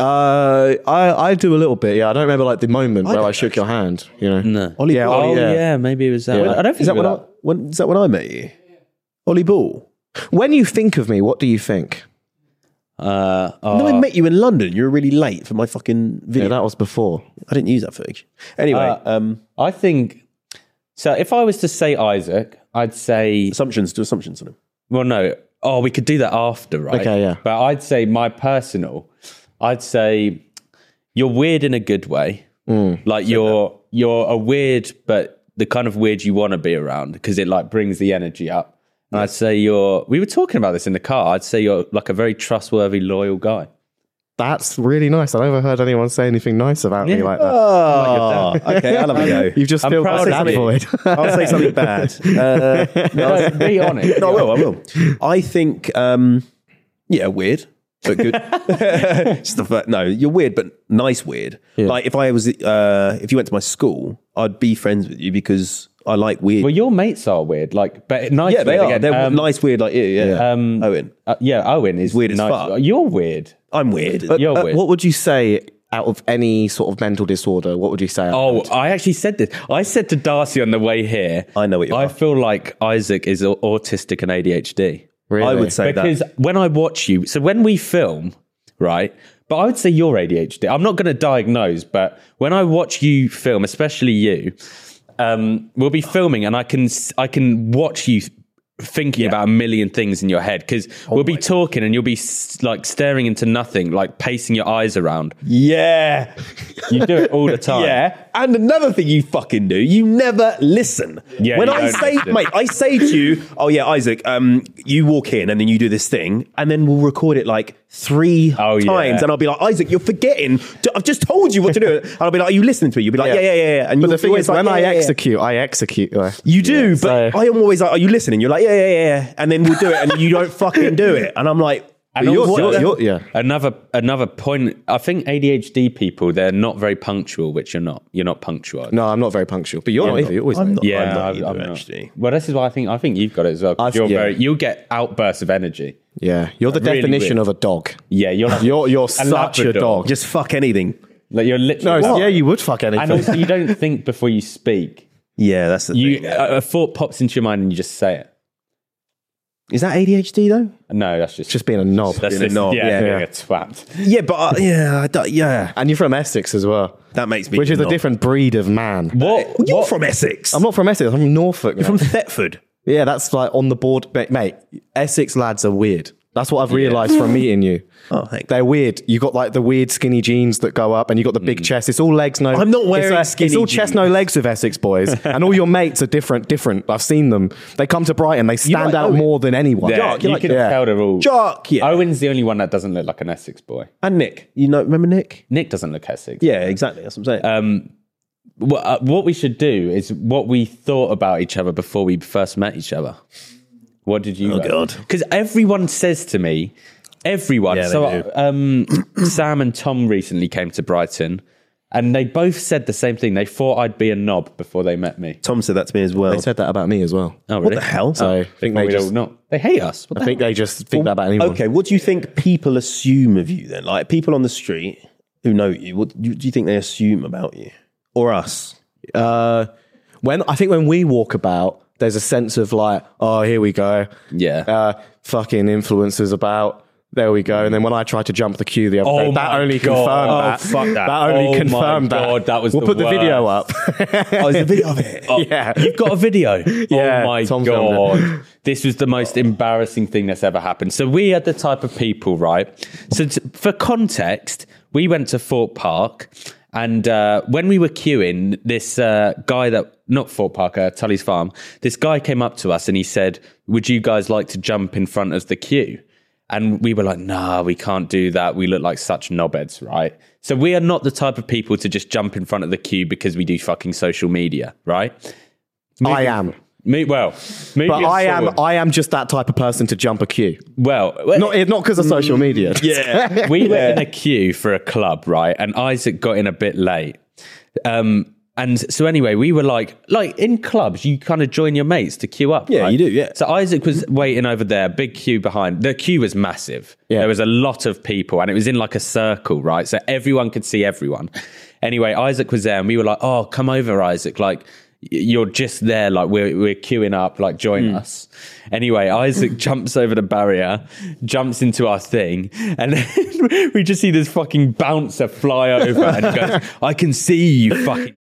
C: Uh, I I do a little bit. Yeah, I don't remember like the moment where
A: don't
C: I shook your hand. You know.
B: No.
A: Ollie
C: Yeah,
A: Ball.
C: Ollie-
B: Oh yeah.
C: yeah.
B: maybe it was that.
C: Yeah.
B: I don't think
A: is that
B: we
A: when
B: were
A: I when is that when I met you? Ollie Ball.
C: When you think of me, what do you think?
B: that- Uh, oh,
A: No, I met you in London. You were really late for my fucking video.
C: Yeah, Uh, that was before.
A: I didn't use that footage. Anyway, um,
B: I think. So if I was to say Isaac, I'd say
A: assumptions. Do assumptions on him.
B: well, no. Oh, we could do that after, right?
C: Okay, yeah.
B: But I'd say my personal. I'd say you're weird in a good way. Like you're you're a weird, but the kind of weird you want to be around because it like brings the energy up. And I'd say you're. We were talking about this in the car. I'd say you're like a very trustworthy, loyal guy.
C: That's really nice. I never heard anyone say anything nice about me like that.
A: Oh, okay. I'll have a go.
C: You've just
B: I'm
C: filled
B: proud
C: that
B: of you.
C: void.
A: I'll say something bad. Uh,
B: No, be honest.
A: no, I will. I will. I think. Um, yeah, weird, but good. It's the fir- no, you're weird, but nice weird. Like if I was, uh, if you went to my school, I'd be friends with you because I like weird.
B: Well, your mates are weird, like, but nice.
A: yeah, they
B: weird
A: are.
B: again.
A: They're
B: Um,
A: nice, weird, like you. Yeah.
B: um,
A: Owen,
B: uh, yeah, Owen is
A: Weird as
B: nice.
A: fuck.
B: You're weird.
A: I'm weird.
B: You're
C: Uh,
B: weird.
C: what would you say out of any sort of mental disorder? What would you say?
B: Oh, I actually said this. I said to Darcy on the way here.
A: I know what you
B: I
A: are.
B: feel like Isaac is au- autistic and ADHD
C: really?
A: I would say
B: because
A: that.
B: when I watch you, so when we film, right? But I would say you're ADHD. I'm not going to diagnose, but when I watch you film, especially you, um, we'll be filming, and I can s- I can watch you thinking about a million things in your head because
A: Oh
B: we'll be talking and you'll be s- like staring into nothing like pacing your eyes around
A: Yeah,
B: you do it all the time
A: Yeah. And another thing you fucking do, you never listen.
B: Yeah,
A: when
B: you
A: I
B: don't
A: say,
B: listen.
A: mate, I say to you, oh yeah, Isaac, um, you walk in and then you do this thing, and then we'll record it like three
B: Oh,
A: times,
B: yeah.
A: and I'll be like, Isaac, you're forgetting. D- I've just told you what to do. And I'll be like, are you listening to me? You'll be like, yeah, yeah, yeah. yeah. And
C: But
A: you're
C: the thing
A: always
C: is,
A: like,
C: when
A: yeah,
C: I
A: yeah, yeah.
C: execute, I execute. uh,
A: You do, but
C: so-
A: I am always like, are you listening? You're like, yeah, yeah, yeah. And then we'll do it, and you don't fucking do it. And I'm like,
B: And
C: But yours-
B: also,
C: your- your- yeah.
B: another another point. I think ADHD people they're not very punctual, which you're not. You're not punctual.
C: No, I'm not very punctual, but you're not either. You're always
A: I'm
C: late.
A: not. I'm
B: Yeah,
A: not
B: I've-
A: either,
B: I'm not.
A: actually.
B: Well, this is why I think I think you've got it as well. 'cause
C: I've-
B: You're
C: yeah.
B: very, you'll get outbursts of energy.
C: Yeah, you're the
B: Really
C: definition
B: weird.
C: of a dog.
B: Yeah, you're like,
C: You're you're
B: A
C: such a
B: Labrador.
C: dog.
A: Just fuck anything.
B: like you're
C: No,
B: literally.
C: yeah, you would fuck
B: and
C: anything.
B: also, you don't think before you speak.
A: Yeah, that's the
B: You uh,
A: thing. yeah.
B: a, a thought pops into your mind and you just say it.
A: Is that ADHD though?
B: No, that's just
C: Just being a knob.
B: that's
A: being a
B: just,
A: knob,
B: Yeah,
A: yeah.
B: being a twat.
A: Yeah, but uh, yeah, I don't- yeah,
C: And you're from Essex as well,
A: that makes me.
C: which is a
A: not-
C: different breed of man.
B: What?
A: You're
B: what?
A: from Essex.
C: I'm not from Essex. I'm from Norfolk. man.
A: from Thetford.
C: yeah, that's like on the board, mate, mate. Essex lads are weird. That's what I've realised from meeting you.
A: Oh, thank
C: They're weird. You got like the weird skinny jeans that go up, and you got the
B: Mm.
C: big chest. It's all legs, no.
A: I'm not wearing
C: it's,
A: skinny
C: It's all chest, no
A: jeans.
C: legs with Essex boys, and all your mates are different. Different. I've seen them. They come to Brighton. They stand
A: like-
C: out
A: oh,
C: more than anyone.
B: Yeah, you can tell they're all.
A: Jock, yeah.
B: Owen's the only one that doesn't look like an Essex boy.
A: And Nick, you know, remember Nick?
B: Nick doesn't look Essex.
A: Yeah, exactly. That's what I'm saying.
B: What, uh, what we should do is what we thought about each other before we first met each other. What did you?
A: Oh, God.
B: Because everyone says to me, everyone.
A: Yeah, they
B: so
A: do.
B: um, Sam and Tom recently came to Brighton, and they both said the same thing. They thought I'd be a knob before they met me.
A: Tom said that to me as well.
C: They said that about me as well.
B: Oh,
A: what
B: really?
A: the hell?
C: So I think they
B: We
C: just.
B: don't know. They hate us. What
C: I
B: the
C: think they just think that about anyone.
A: okay, what do you think people assume of you then? Like people on the street who know you, what do you- do you think they assume about you or us?
C: Uh, when I think when we walk about, there's a sense of like, oh, here we go.
B: Yeah.
C: Uh, fucking influencers about. There we go. And then when I tried to jump the queue the other
B: Oh
C: day, that
B: my
C: only
B: God.
C: confirmed
B: Oh,
C: that.
B: fuck that.
C: That only
B: Oh my
C: confirmed that.
B: God, that was
C: We'll
B: the
C: put the video up.
A: Oh, there's a video of it.
B: Oh,
C: Yeah.
B: You've got a video.
C: Yeah,
B: oh my
C: Tom filmed
B: god. This was the most embarrassing thing that's ever happened. So we are the type of people, right? So t- for context, we went to Fort Park and uh, when we were queuing, this uh, guy that not Fort Park, uh, Tully's Farm, this guy came up to us and he said, "Would you guys like to jump in front of the queue?" And we were like, nah, we can't do that. We look like such knobheads, right? So we are not the type of people to just jump in front of the queue because we do fucking social media, right?
C: I am.
B: Me, well,
C: But I am I am just that type of person to jump a queue.
B: well,
C: Not not because of social media. Yeah.
B: we were in a queue for a club, right? And Isaac got in a bit late. Um, and so anyway, we were like, like in clubs, you kind of join your mates to queue up.
A: Yeah,
B: right?
A: you do, yeah.
B: So Isaac was waiting over there, big queue behind. The queue was massive.
C: Yeah.
B: There was a lot of people, and it was in like a circle, right? So everyone could see everyone. Anyway, Isaac was there, and we were like, "Oh, come over, Isaac! Like, y- you're just there. Like, we're we're queuing up. Like, join
A: Hmm.
B: us." Anyway, Isaac jumps over the barrier, jumps into our thing, and then we just see this fucking bouncer fly over and he goes, "I can see you, fucking."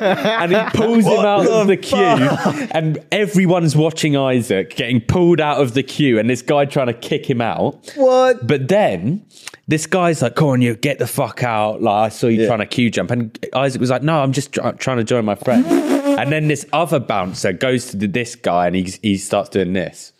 B: and he pulls him out of the queue, and everyone's watching Isaac getting pulled out of the queue, and this guy trying to kick him out.
A: What?
B: But then this guy's like, "Come on, you get the fuck out!" Like I saw you trying to queue jump, and Isaac was like, "No, I'm just try- trying to join my friend." and then this other bouncer goes to th- this guy, and he he starts doing this.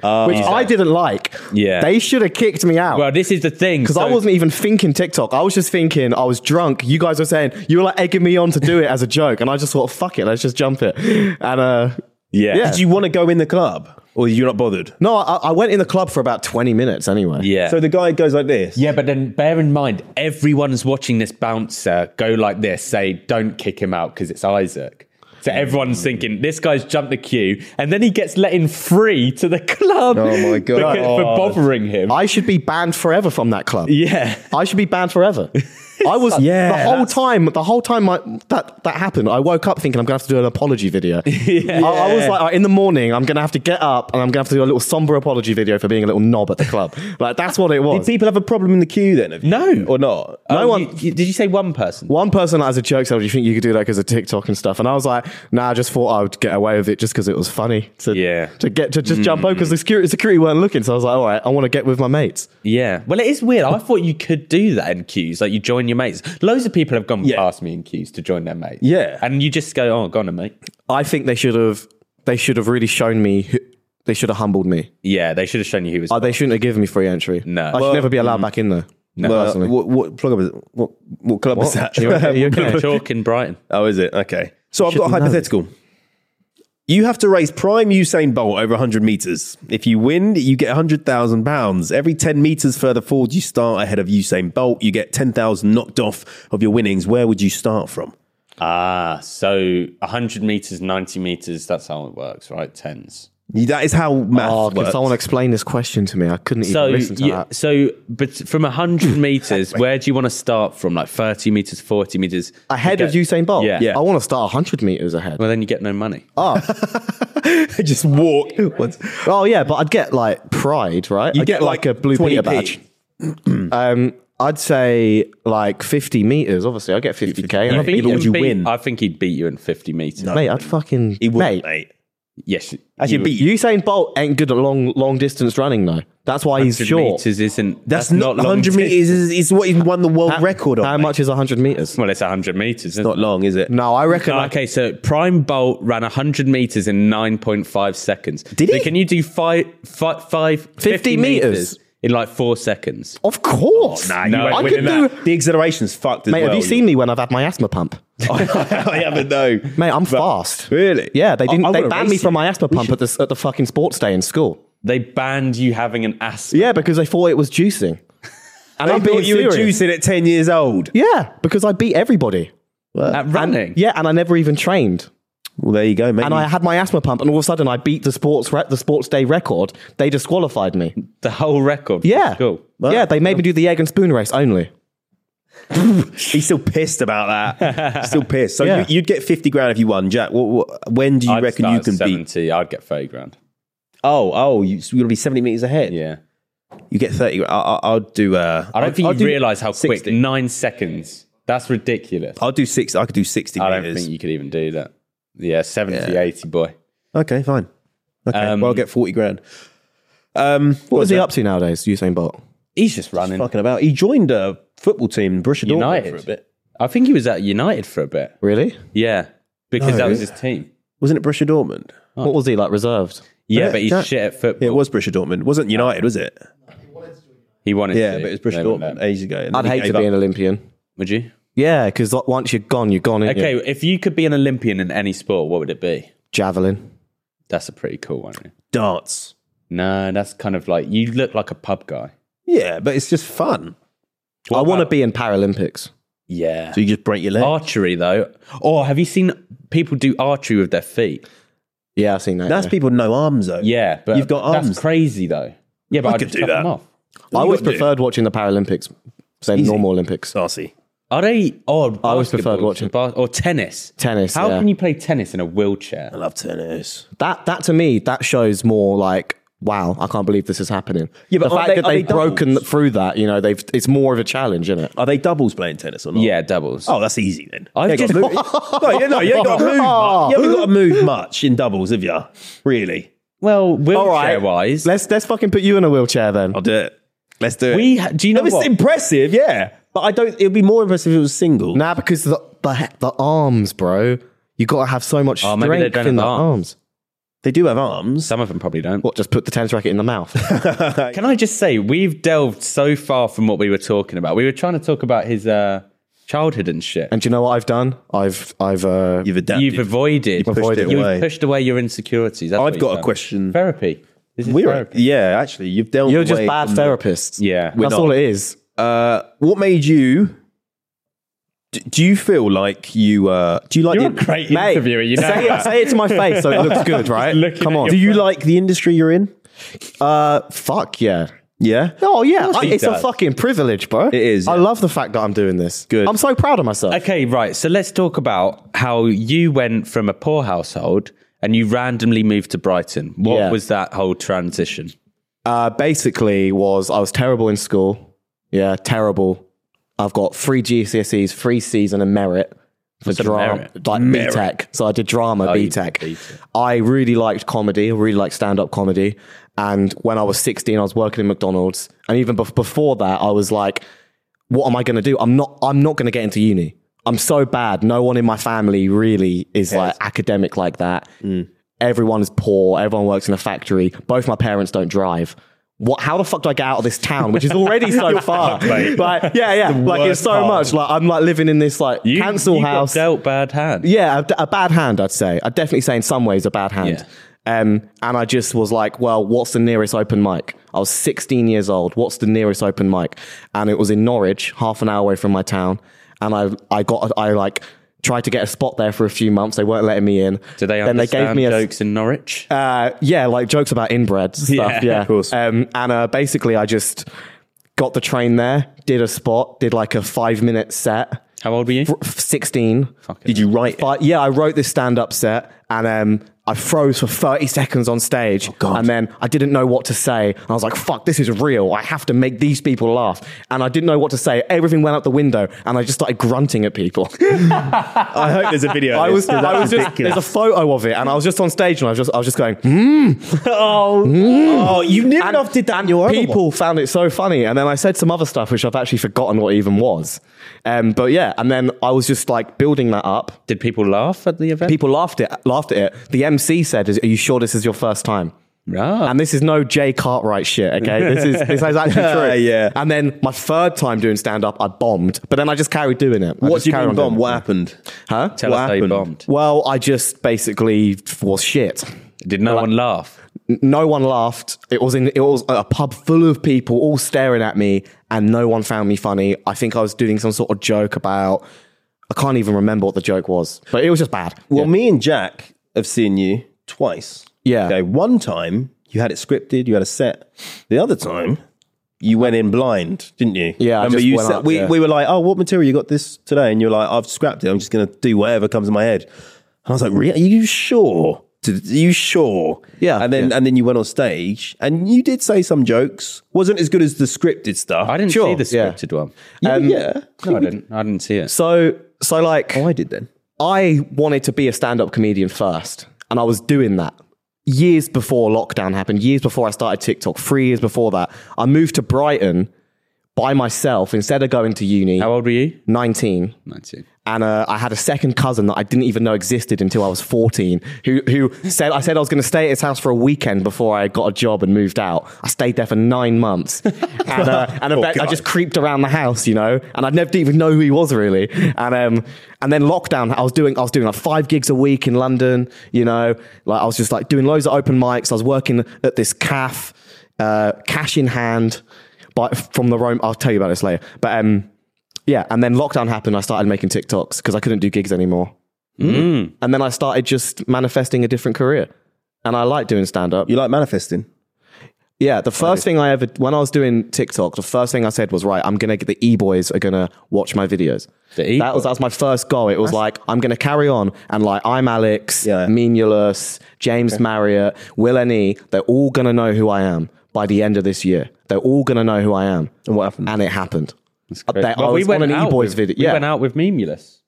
C: Which I didn't like.
B: Yeah.
C: They should have kicked me out.
B: Well, this is the thing
C: Because I wasn't even thinking TikTok. I was just thinking I was drunk. You guys were saying you were like egging me on to do it as a joke, and I just thought, fuck it, let's just jump it. And uh,
B: Yeah.
C: yeah.
A: Did you want to go in the club or you're not bothered?
C: no, I, I went in the club for about twenty minutes anyway.
B: Yeah.
A: So the guy goes like this.
B: yeah, but then bear in mind, everyone's watching this bouncer go like this, say, don't kick him out because it's Isaac. So everyone's thinking, this guy's jumped the queue, and then he gets let in free to the club.
A: Oh my God.
B: because- For bothering him.
C: I should be banned forever from that club.
B: yeah.
C: I should be banned forever. I was
A: Yeah,
C: the whole
A: that's-
C: time. The whole time I, that that happened, I woke up thinking I'm gonna have to do an apology video. I, I was like, "All right, in the morning, I'm gonna have to get up and I'm gonna have to do a little somber apology video for being a little knob at the club. like that's what it was.
A: Did people have a problem in the queue then? have you?
B: No.
A: or not?
B: No
C: one-
B: did Um, you say one person?
C: One person as a joke said, "Oh, "Do you think you could do that because of TikTok and stuff?" And I was like, "Nah, I just thought I would get away with it just because it was funny to
B: Yeah. Mm.
C: to get to just jump over because the security security weren't looking." So I was like, "All right, I want to get with my mates."
B: Yeah. Well, it is weird. I thought you could do that in queues. Like you join your mates. Loads of people have gone
A: Yeah.
B: past me in queues to join their mates.
A: Yeah.
B: And you just go, oh, go on, then, mate.
C: I think they should have they should have really shown me. Who, they should have humbled me.
B: Yeah, they should have shown you who was.
C: Uh, they shouldn't have given me free entry.
B: No.
C: I
B: Well- mm.
C: should never be allowed back in there. No,
A: Well, what, what plug up is it? What, what club is
C: You okay?
A: that?
C: You okay?
B: Chalk in Brighton.
A: oh, is it okay? So I've got a
C: Shouldn't know.
A: hypothetical. You have to race prime Usain Bolt over 100 meters. If you win, you get 100,000 pounds. Every 10 meters further forward you start ahead of Usain Bolt, you get 10,000 knocked off of your winnings. Where would you start from?
B: Ah, so 100 meters, 90 meters, that's how it works, right? Tens.
A: That is how math
C: Oh, can
A: works.
C: someone explain this question to me? I couldn't
B: So,
C: even listen to
B: you-
C: that.
B: so, but from 100 meters, where do you want to start from? Like 30 meters, 40 meters?
C: Ahead
B: You
C: of
B: get-
C: Usain Bolt.
B: Yeah.
C: I want to start 100 meters ahead.
B: Well, then you get no money.
A: just walk.
C: Oh yeah, but I'd get like pride, right?
A: You
C: I'd
A: get like
C: a blue
A: 20p.
C: Peter badge. um, I'd say like 50 meters. Obviously, I get 50k. And I'd
B: think
C: beat
B: he'd
C: him.
A: would you
B: beat-
A: win?
B: I think he'd beat you in 50 meters.
C: Mate, I'd fucking
A: He wouldn't,
C: mate.
A: mate.
B: Yes.
A: Actually,
B: you-
A: beat you.
C: Usain Bolt ain't good at long long distance running though. That's why he's
B: 100
C: short.
B: meters isn't.
A: That's, not, 100
B: long
A: meters. Is, is what he won the world record on.
C: How
A: mate.
C: much is 100 meters?
B: Well, it's 100 meters. Isn't
A: Not long, is it?
C: No, I reckon.
B: No,
C: I-
B: okay, so Prime Bolt ran 100 meters in 9.5 seconds. Did
A: he?
B: Can you do five, fi- five- 50,
C: meters?
B: meters in like four seconds?
C: of course.
A: Nah, you
B: No,
A: ain't
B: I
A: winning
C: could
A: that. The acceleration's fucked as
C: Mate,
A: well.
C: have you seen me when I've had my asthma pump?
A: I haven't, no.
C: Mate, I'm
A: But-
C: fast.
A: Really?
C: Yeah, they
A: I-
C: didn't.
A: I
C: they
A: wanna
C: banned
A: race
C: me from
A: you.
C: my asthma pump at the, at the fucking sports day in school.
B: They banned you having an asthma.
C: Yeah, because they thought it was juicing. And
A: I
C: I'm being
A: thought you were
C: serious.
A: juicing at 10 years old.
C: Yeah, because I beat everybody.
B: At running.
C: Yeah, and I never even trained.
A: Well, there you go, mate.
C: And I had my asthma pump, and all of a sudden I beat the sports re- the sports day record. They disqualified me.
B: The whole record. for
C: Yeah,
B: School.
C: yeah, they made me do the egg and spoon race only.
A: He's still pissed about that. He's still pissed. So
C: Yeah.
A: you, you'd get 50 grand if you won, Jack. What, what, when do you
B: I'd
A: reckon
B: start
A: you
B: at
A: can
B: 70,
A: beat?
B: I'd get 30 grand.
A: Oh, oh, you, so you'll be 70 meters ahead.
B: Yeah.
A: You get 30. I, I, I'll do. Uh,
B: I don't
A: I'll-
B: think
A: I'll
B: you
A: do
B: realize how
A: 60.
B: quick. Nine seconds. That's ridiculous.
A: I'll do 60. I could do 60
B: I don't
A: meters.
B: think you could even do that. Yeah, 70, 80, boy.
A: Okay, fine. Okay,
B: Um,
A: well, I'll get 40 grand. Um,
C: What is he up to nowadays, Usain Bolt?
B: He's just running.
A: Fucking about. He joined a football team, Borussia Dortmund,
B: United.
A: for a bit.
B: I think he was at United for a bit.
C: Really?
B: Yeah, because
A: No.
B: that was his team.
A: Wasn't it Borussia Dortmund?
C: What was he like reserved?
B: Yeah,
A: it-
B: but he's
A: that-
B: shit at football.
A: Yeah, it was Borussia Dortmund. It wasn't United, was it?
B: He wanted
A: Yeah,
B: to.
A: but it was
B: They
A: Borussia
B: wouldn't
A: Dortmund
B: let him.
A: ages ago. and then
C: I'd
A: he
C: hate
A: gave
C: to be
A: up.
C: an Olympian.
B: Would you?
C: Yeah, because once you're gone, you're gone. Isn't
B: Okay,
C: You?
B: if you could be an Olympian in any sport, what would it be?
C: Javelin.
B: That's a pretty cool one. yeah.
A: darts.
B: No, that's kind of like you look like a pub guy.
A: Yeah, but it's just fun.
C: I want to be in Paralympics.
B: Yeah.
A: So you just break your leg.
B: Archery though. Oh, have you seen people do archery with their feet?
C: Yeah, I've seen that.
A: That's
C: yeah.
A: people with no arms though.
B: Yeah, but
A: You've got arms.
B: That's crazy though. Yeah, but
A: I
B: I,
A: could
B: could
A: do
B: do
A: that.
B: Them off.
C: I always
A: gotta do.
C: preferred watching the Paralympics than normal Olympics.
A: Darcy.
B: Are they? Oh, I
C: always preferred watching-
B: or tennis.
C: Tennis,
B: How
C: yeah.
B: can you play tennis in a wheelchair?
A: I love tennis.
C: That that to me that shows more like wow, I can't believe this is happening.
A: Yeah, but
C: the
A: are
C: fact
A: they-
C: that
A: are they
C: they've broken
A: doubles?
C: through that, you know, they've it's more of a challenge, isn't it?
A: Are they doubles playing tennis or not?
B: Yeah, doubles.
A: Oh, that's easy then.
B: I've
A: You ain't
B: just-
A: gotta move- no, you, no, you ain't got to move. much. You haven't got to move much in doubles, have you? Really?
B: well, wheelchair
C: right.
B: wise,
C: Let's let's fucking put you in a wheelchair then.
A: I'll do it. Let's do it.
B: we ha- do you
A: No,
B: know
A: it's
B: what?
A: impressive, yeah. But I don't. It'd be more impressive if it was single.
C: Nah, because the the, the arms, bro. You gotta have so much
B: Oh, maybe they
C: strength
B: don't
C: in
B: have
C: the
B: arms.
C: arms.
A: They do have arms.
B: Some of them probably don't.
C: What? Just put the tennis racket in the mouth.
B: Can I just say we've delved so far from what we were talking about? We were trying to talk about his uh, childhood and shit.
C: and do you know what I've done? I've I've uh,
A: You've adapted.
B: you've avoided,
A: pushed it
B: you've
A: away.
B: pushed away your insecurities. That's what
A: I've
B: you've
A: got a
B: done.
A: question.
B: Therapy. This is
A: We're,
B: therapy.
A: yeah, actually, you've dealt.
C: you're just
A: away
C: bad
A: from the-
C: therapists.
B: Yeah.
C: that's
A: not.
C: all it is.
A: Uh, what made you? d- Do you feel like you? Uh, do you like?
B: You're a
A: the,
B: great interviewer. You know
C: say, it,
B: that.
C: say it to my face so it looks good, right?
B: looking
C: Come
B: at
C: on.
B: your
A: Do you like the industry you're in?
C: Uh, fuck yeah.
A: Yeah.
C: Oh yeah, I,
B: he
C: it's a
B: does.
C: fucking privilege, bro. It
A: is,
C: I
A: yeah.
C: love the fact that I'm doing this.
A: Good.
C: I'm so proud of myself.
B: Okay, right. So let's talk about how you went from a poor household and you randomly moved to Brighton. What
C: Yeah.
B: was that whole transition?
C: Uh, basically, was I was terrible in school. Yeah, terrible. I've got three GCSEs, three C's, and a merit for drama,
B: merit?
C: like B Tech. So I Oh, did drama, B Tech.
B: B-Tech.
C: I really liked comedy. I really liked stand up comedy. And when I was 16, I was working in McDonald's. And even bef- before that, I was like, what am I going to do? I'm not. I'm not going to get into uni. I'm so bad. No one in my family really is like academic
B: Mm.
C: like that. Everyone is poor. Everyone works in a factory. Both my parents don't drive. what? How the fuck do I get out of this town, which is already so far?
B: mate.
C: Like, yeah, yeah, like it's
A: worst
C: so
A: part.
C: much. Like, I'm like living in this like
B: You,
C: council
B: you got
C: house.
B: dealt bad hand.
C: Yeah, a, a bad hand, I'd say. I'd definitely say in some ways a bad hand. Um, and I just was like, well, what's the nearest open mic? I was 16 years old. What's the nearest open mic? And it was in Norwich, half an hour away from my town. And I, I got, I like tried to get a spot there for a few months. They weren't letting me in.
B: Do they
C: Then
B: understand
C: they gave me a
B: jokes in Norwich?
C: uh, yeah, like jokes about inbred
B: Yeah,
C: stuff. Yeah,
B: of
A: course.
C: Um, and uh, basically, I just got the train there, did a spot, did like a five minute set.
B: How old were you?
C: F- 16.
A: Did you write it?
C: But yeah, I wrote this stand up set and um, I froze for 30 seconds on
A: Oh,
C: stage. And then I didn't know what to say. And I was like, fuck, this is real. I have to make these people laugh. And I didn't know what to say. Everything went out the window and I just started grunting at people.
A: I hope there's a video.
C: I was, I was just,
A: ridiculous.
C: there's a photo of it and I was just on stage and I was just, I was just going,
A: oh, oh, you near
C: And-
A: enough did that in
C: and
A: your own
C: people found it so funny. And then I said some other stuff which I've actually forgotten what even was. Um, but yeah, and then I was just like building that up.
B: Did people laugh at the event?
C: People laughed it, laughed at it. The MC said, "Is- "Are you sure this is your first time?"
B: Ah.
C: And this is no Jay Cartwright shit, okay? This is this is actually true.
A: Yeah.
C: And then my third time doing stand up, I bombed, but then I just carried doing it. I
A: What
C: just
A: do you
C: carried
A: mean
C: on doing
A: bomb?
C: it.
A: What happened?
C: Huh?
B: Tell
A: what
B: us
A: happened?
B: they bombed.
C: Well, I just basically was shit.
B: Did no one laugh?
C: N- No one laughed. It was in it was a pub full of people all staring at me, and no one found me funny. I think I was doing some sort of joke about. I can't even remember what the joke was, but it was just bad.
A: Well,
C: yeah.
A: me and Jack have seen you twice.
C: Yeah.
A: Okay. One time you had it scripted, you had a set. The other time you went in blind, didn't you?
C: Yeah, I
A: Remember
C: just
A: you
C: went
A: said
C: up,
A: we,
C: yeah.
A: we were like, oh, what material you got this today? And you're like, I've scrapped it. I'm just going to do whatever comes in my head. And I was like, really? Are you sure? Did- Are you sure?
C: Yeah,
A: And then
C: yeah.
A: and then you went on stage and you did say some jokes. wasn't as good as the scripted stuff.
B: I didn't
C: Sure,
B: see the
C: yeah.
B: scripted one.
A: Yeah, yeah.
B: No, I didn't. I didn't see it.
C: so so like
A: Oh, I did then.
C: I wanted to be a stand up comedian first, and I was doing that years before lockdown happened, years before I started TikTok, three years before that. I moved to Brighton by myself instead of going to uni,
B: How old were you?
C: 19.
B: 19.
C: And uh, I had a second cousin that I didn't even know existed until I was 14, who, who said, I said I was going to stay at his house for a weekend before I got a job and moved out. I stayed there for nine months. And, uh, and I, bet- I just creeped around the house, you know, and I never didn't even know who he was really. And, um, and then lockdown, I was doing, I was doing like five gigs a week in London, you know, like I was just like doing loads of open mics. I was working at this calf, uh, cash in hand, but from the Rome, I'll tell you about this later. But, um, yeah, and then lockdown happened. I started making TikToks because I couldn't do gigs anymore.
B: Hmm.
C: And then I started just manifesting a different career. And I like doing stand up.
A: You like manifesting?
C: Yeah, the first thing I ever, when I was doing TikTok, the first thing I said was, right, I'm going to get the E boys are going to watch my videos.
B: The E
C: that was, that was my first goal. It was like, I'm going to carry on. And like, I'm Alex,
A: Yeah.
C: Menulus, James Marriott, Will and E, they're all going to know who I am by the end of this year. They're all going to know who I am.
A: And what happened?
C: And it happened. They- I
B: Well, we
C: was
B: went
C: on an
B: out
C: E boys
B: with-
C: video.
B: We
C: yeah.
B: went out with Memulus.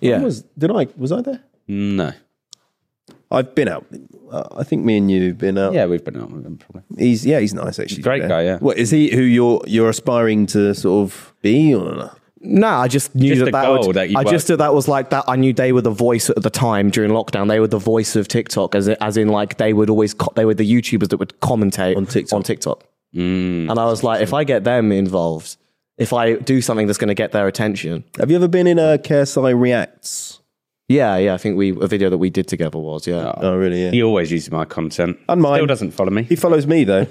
C: yeah.
A: Was, did I? Was I there?
B: No.
A: I've been out. Uh, I think me and you have been out.
B: Yeah, we've been out with him probably.
A: He's yeah, he's nice actually.
B: Great
A: Yeah.
B: guy, yeah.
A: What is he? Who you're you're aspiring to sort of be or?
C: No, I just knew
B: Just a
C: that that,
B: goal
C: would,
B: that you
C: I just thought that was like that. I knew they were the voice at the time during lockdown. They were the voice of TikTok, as in- as in like they would always co- they were the YouTubers that would commentate on
A: TikTok.
C: On TikTok, and I was like, if I get them involved, if I do something that's going to get their attention,
A: Have you ever been in a KSI Reacts?
C: yeah, yeah. I think we a video that we did together was yeah.
A: Oh, really? Yeah.
B: He always uses my content.
A: And mine.
B: Still doesn't follow me.
A: He follows me though.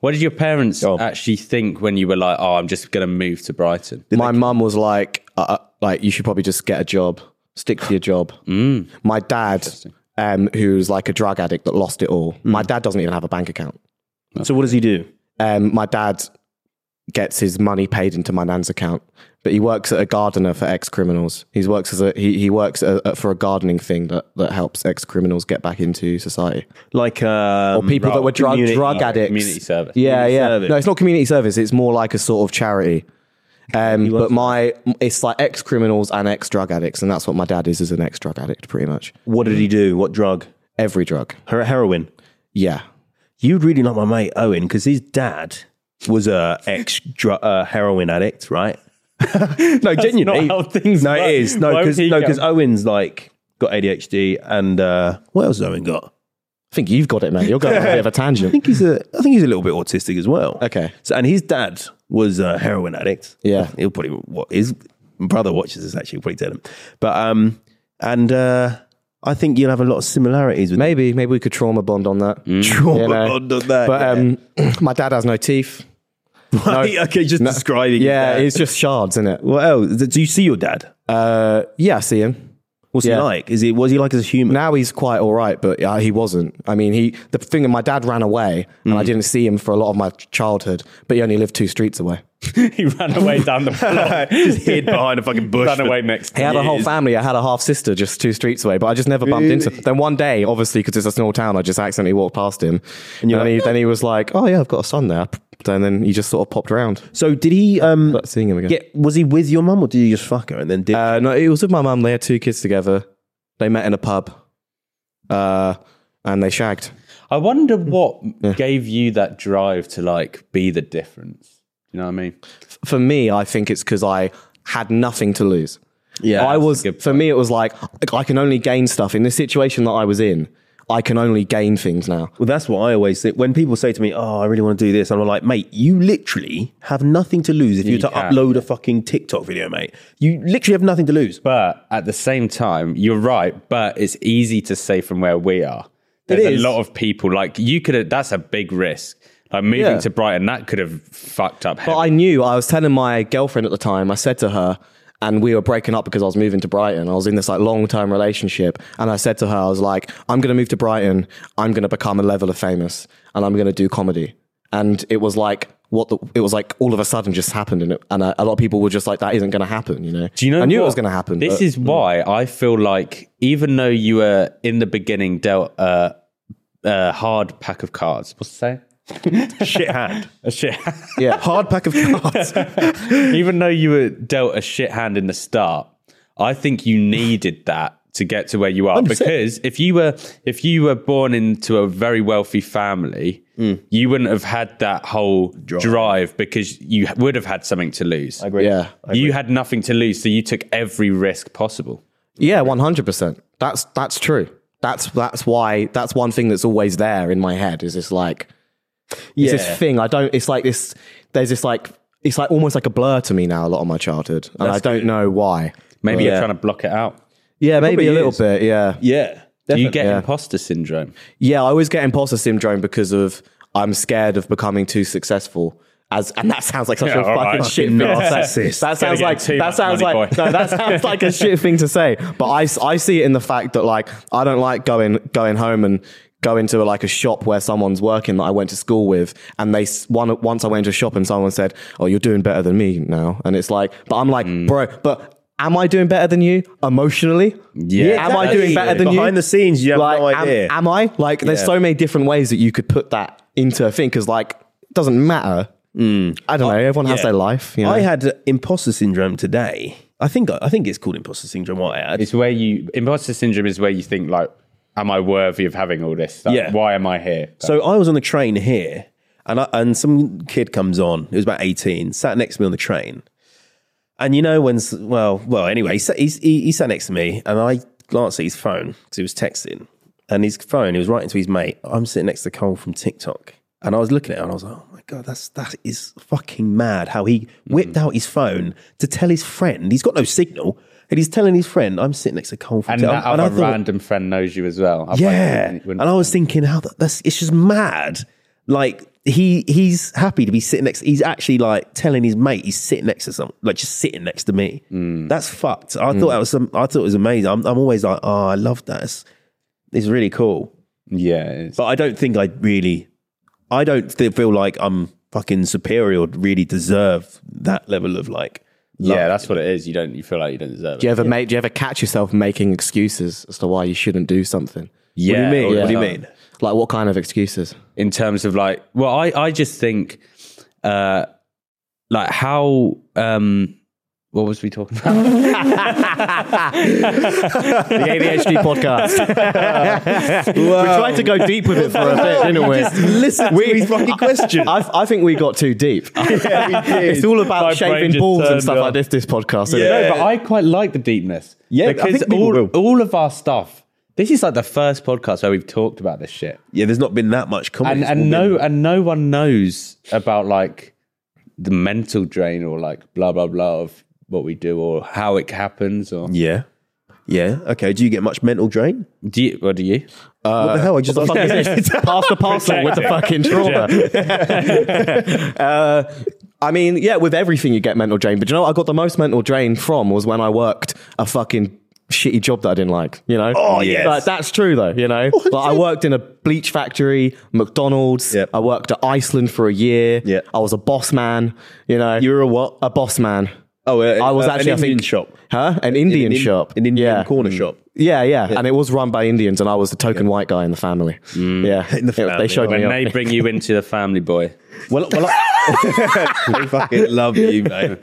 B: What did your parents
A: Go on.
B: actually think when you were like, "Oh, I'm just going to move to Brighton"?
C: My mum was like, uh, uh, like you should probably just get a job, stick to your job. My dad, um, who's like a drug addict that lost it all. My dad doesn't even have a bank account.
A: so what does he do?
C: um, my dad gets his money paid into my nan's account, but he works at a gardener for ex criminals. He works as a he, he works a, a- for a gardening thing that, that helps ex criminals get back into society
A: Like um,
C: or people that were drug
A: community-
C: drug addicts.
B: community service.
C: Yeah,
A: Community
C: yeah.
A: service.
C: No, it's not community service. It's more like a sort of charity. Um, but my it's like ex criminals and ex drug addicts, and that's what my dad is as an ex drug addict, pretty much.
A: What did he do? What drug?
C: Every drug.
A: Her- heroin.
C: Yeah.
A: You'd really like my mate Owen because his dad was a ex dr- uh, heroin addict, right? no, genuinely.
B: not how things
A: no,
B: work.
A: it is. No,
B: Why
A: because
B: would he go-
A: Owen's like got ADHD and uh, what else has Owen got?
C: I think you've got it, man. You're going on a bit of a
A: I
C: tangent.
A: think he's a. I think he's a little bit autistic as well.
C: Okay.
A: So, and his dad was a heroin addict.
C: Yeah.
A: He'll probably what his brother watches this actually. he'll Probably tell him. But um, and uh, I think you'll have a lot of similarities with
C: Maybe, maybe we could trauma bond on that.
A: trauma
C: You know.
A: bond on that.
C: But
A: yeah.
C: um, my dad has no teeth.
A: Right, okay, just
C: No.
A: describing.
C: Yeah,
A: his dad.
C: it's just shards, isn't it?
A: What else? oh, Do you see your dad?
C: Uh, yeah, I see him.
A: What's he
C: Yeah.
A: like? Is he was he like as a human?
C: Now he's quite all right, but uh, he wasn't. I mean, he the thing my dad ran away, and
A: Mm.
C: I didn't see him for a lot of my childhood. But he only lived two streets away.
B: he ran away down the block.
A: just hid behind a fucking bush.
B: ran
A: for-
B: away next.
C: He had a whole family. I had a half sister just two streets away, but I just never bumped into. Then one day, obviously, because it's a small town, I just accidentally walked past him, and, then, he, then
A: "Ah!"
C: he was like, "Oh yeah, I've got a son there." And then he just sort of popped around.
A: So did he? Um,
C: Not seeing him again.
A: get was he with your mum or did you just fuck her and then did?
C: Uh, no, it was with my mum. They had two kids together. They met in a pub, uh, and they shagged.
B: I wonder what gave you that drive to like be the difference. You know what I mean?
C: for me, I think it's because I had nothing to lose.
A: Yeah,
C: I
A: that's
C: was. For me, it was like I can only gain stuff in this situation that I was in. I can only gain things now.
A: Well, that's what I always think. When people say to me, "Oh, I really want to do this," and I'm like, "Mate, you literally have nothing to lose if you were to
B: can.
A: upload a fucking TikTok video, mate. You literally have nothing to lose."
B: But at the same time, you're right. But it's easy to say from where we are. There's
A: is.
B: a lot of people like you could. That's a big risk. Like moving
C: Yeah.
B: to Brighton, that could have fucked up.
C: But I knew. I was telling my girlfriend at the time. I said to her, and we were breaking up because I was moving to Brighton. I was in this like long term relationship, and I said to her, I was like, I'm gonna move to Brighton. I'm gonna become a level of famous, and I'm gonna do comedy. And it was like what the, it was like all of a sudden just happened, and, it, and uh, a, a lot of people were just like, that isn't gonna happen, you know.
B: Do you know?
C: I knew
B: what?
C: it was gonna happen.
B: This
C: but- mm.
B: is why I feel like even though you were in the beginning dealt a, a hard pack of cards. What's to say?
A: Shit hand,
B: A shit.
C: yeah.
A: hard pack of cards.
B: even though you were dealt a shit hand in the start, I think you needed that to get to where you are. Because if you were if you were born into a very wealthy family,
C: Mm.
B: you wouldn't have had that whole drive, because you would have had something to lose.
C: Yeah.
B: You had nothing to lose, so you took every risk possible.
C: Yeah, one hundred percent. That's that's true. That's that's why that's one thing that's always there in my head is this like it's
A: Yeah.
C: this thing. I don't it's like this there's this like it's like almost like a blur to me now, a lot of my childhood. And I don't know why.
B: Maybe you're trying to block it out.
C: Yeah, maybe a
A: probably
C: little
A: is.
C: bit, yeah.
A: yeah,
B: Do you
A: definitely.
B: get
C: yeah.
B: imposter syndrome?
C: Yeah, I always get imposter syndrome because of I'm scared of becoming too successful. As and that sounds like such
B: Yeah,
C: a
B: all
C: fucking
B: right.
C: shit
A: Fucking
C: thing to say.
A: narcissist.
C: That sounds
B: get
C: like
B: too
C: that
B: much
C: sounds
B: money,
C: like
B: boy.
C: no, that sounds like a shit thing to say. But I, s- I see it in the fact that like I don't like going going home and go into like a shop where someone's working that I went to school with, and they s- one once I went into a shop and someone said, "Oh, you're doing better than me now," and it's like, but I'm like,
B: Mm.
C: bro, but. Am I doing better than you emotionally?
B: Yeah,
C: Am I
A: exactly.
C: doing better than you?
A: Behind the scenes, you have
C: like,
A: no
C: am-
A: idea.
C: Am, I? Like, there's
A: Yeah.
C: so many different ways that you could put that into a thing because, like, it doesn't matter. I don't know. Everyone has
A: Hmm. yeah.
C: their life. You know?
A: I had imposter syndrome today. I think I think it's called imposter syndrome. What I had.
B: It's where you imposter syndrome is where you think like, am I worthy of having all this? Like,
A: Yeah.
B: Why am I here?
A: So I was on the train here, and I, and some kid comes on. It was about eighteen, sat next to me on the train, and you know when? s- Well, well. Anyway, he sat, he, he, he sat next to me, and I glanced at his phone because he was texting, and his phone he was writing to his mate. I'm sitting next to Cole from TikTok, and I was looking at it, and I was like, oh my god, that's that is fucking mad how he whipped
B: Mm.
A: out his phone to tell his friend he's got no signal. And he's telling his friend, "I'm sitting next to Cole from
B: and
A: TikTok."
B: that other
A: I thought-
B: random friend knows you as well. Otherwise,
A: yeah,
B: wouldn't- wouldn't-
A: and I was thinking how that, that's it's just mad. Like he he's happy to be sitting next. He's actually like telling his mate he's sitting next to someone, like just sitting next to me.
B: Mm.
A: That's fucked. I thought that was some. I thought it was amazing. I'm, I'm always like, oh, I love that. It's, it's really cool.
B: yeah. it's-
A: But I don't think I really. I don't th- feel like I'm fucking superior. Or really deserve that level of like.
B: yeah, that's what it is. You don't. You feel like you don't deserve
C: do you
B: it.
C: ever make? Do you ever catch yourself making excuses as to why you shouldn't do something?
B: Yeah.
A: what do you mean?
B: all
A: What
B: the
A: do you
B: time.
A: mean?
C: Like, what kind of excuses?
B: In terms of like, well, I I just think, uh, like how um, what was we talking about?
C: The ADHD podcast. we tried to go deep with it for a bit, didn't we?
A: Listen to his fucking question.
C: I, I think we got too deep. it's all about
B: My brain
C: shaving
B: just
C: balls and
B: turned
C: stuff
B: off.
C: like this. This podcast, isn't
B: No,
C: it?
B: but I quite like the deepness.
A: Yeah, I
B: because
A: think people
B: all
A: will.
B: all of our stuff. This is like the first podcast where we've talked about this shit,
A: Yeah, there's not been that much comedy.
B: and
A: It's
B: and
A: all been-
B: no and no one knows about like the mental drain or like blah blah blah of what we do or how it happens or
A: Yeah. Yeah. Okay. Do you get much mental drain?
B: do you? What do you?
A: what the hell? I just
C: Uh, What the fuck is this? Pass the parcel with the fucking trauma. uh, I mean, yeah, with everything you get mental drain. But you know what I got the most mental drain from was when I worked a fucking shitty job that I didn't like, you know?
A: Oh, yes.
C: Like, that's true though, you know? Like, I worked in a bleach factory, McDonald's.
A: Yep.
C: I worked at Iceland for a year.
A: Yeah.
C: I was a boss man, you know?
A: You were a what?
C: a boss man.
A: Oh, uh,
C: I was
A: uh,
C: actually,
A: an
C: I
A: Indian
C: think,
A: shop.
C: Huh? An Indian
A: An in-
C: shop.
A: an Indian
C: yeah.
A: corner shop.
C: Yeah, yeah, and it was run by Indians, and I was the token white guy in the family. Yeah,
A: Mm. In the
C: It- they
A: family.
C: showed me
B: When
C: up.
B: they bring you into the family boy,
A: Well, well I, I fucking love you, mate.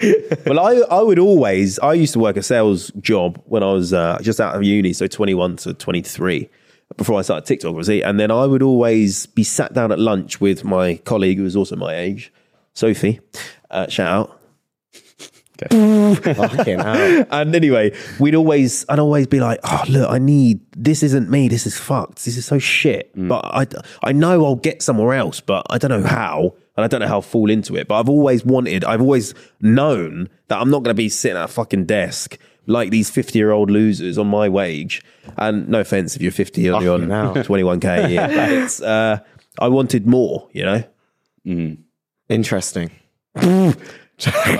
A: Well, I, I would always, I used to work a sales job when I was uh, just out of uni, so 21 to 23, before I started TikTok, obviously. And then I would always be sat down at lunch with my colleague, who was also my age, Sophie. Uh, shout out.
C: Fucking hell.
A: And anyway, we'd always, I'd always be like, oh, look, I need, this isn't me. This is fucked. This is so shit.
B: Mm.
A: But I, I know I'll get somewhere else, but I don't know how. And I don't know how I'll fall into it. But I've always wanted, I've always known that I'm not going to be sitting at a fucking desk like these 50 year old losers on my wage. And no offense if you're 50 and you're on
C: Fucking hell.
A: 21K a year. But it's, uh, I wanted more, you know?
C: Interesting.
A: I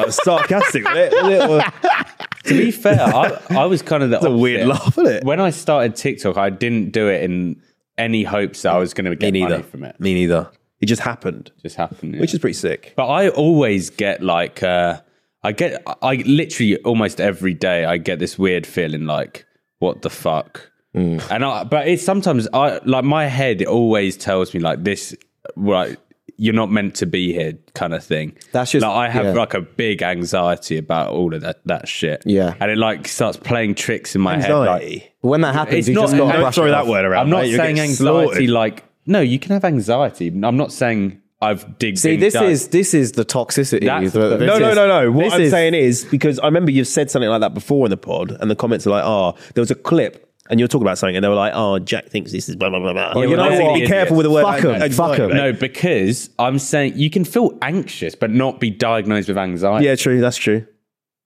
A: was sarcastic. wasn't it? Little-
B: to be fair, I, I was kind of the
A: a weird
B: opposite.
A: laugh, isn't it?
B: When I started TikTok, I didn't do it in any hopes that I was going to
A: Me
B: get
A: neither.
B: money from it.
A: Me neither. It just happened,
B: Just happened, yeah.
A: which is pretty sick.
B: But I always get like uh I get I literally almost every day I get this weird feeling like what the fuck.
C: Mm.
B: And I but it's sometimes I like my head always tells me like this right you're not meant to be here kind of thing.
C: That's just-
B: like I have
C: yeah.
B: like a big anxiety about all of that that shit.
C: Yeah.
B: And it like starts playing tricks in my head like
A: Anxiety.
C: When that happens,
B: It's
C: you
B: not-
C: just got
B: don't
C: brush
A: throw
C: it
A: that
C: off.
A: word around.
B: I'm not
A: mate. You'll
B: saying
A: get
B: anxiety
A: slaughtered.
B: like no, you can have anxiety. I'm not saying I've digged
C: See,
B: in
C: this
B: dug-
C: is this is the toxicity.
B: That's-
C: that- this
A: No, no,
C: is-
A: no, no. What
C: this
A: I'm
C: is-
A: saying is because I remember you've said something like that before in the pod, and the comments are like, "Oh, there was a clip." And you're talking about something, and they were like, "Oh, Jack thinks this is blah blah blah blah."
B: Yeah,
A: you
B: well,
A: know
B: that's
A: what?
B: the
A: Be
B: idiot.
A: careful with the word.
C: Fuck 'em,
A: anxiety,
C: fuck 'em.
A: mate.
B: No, because I'm saying you can feel anxious, but not be diagnosed with anxiety.
A: Yeah, true. That's true. I,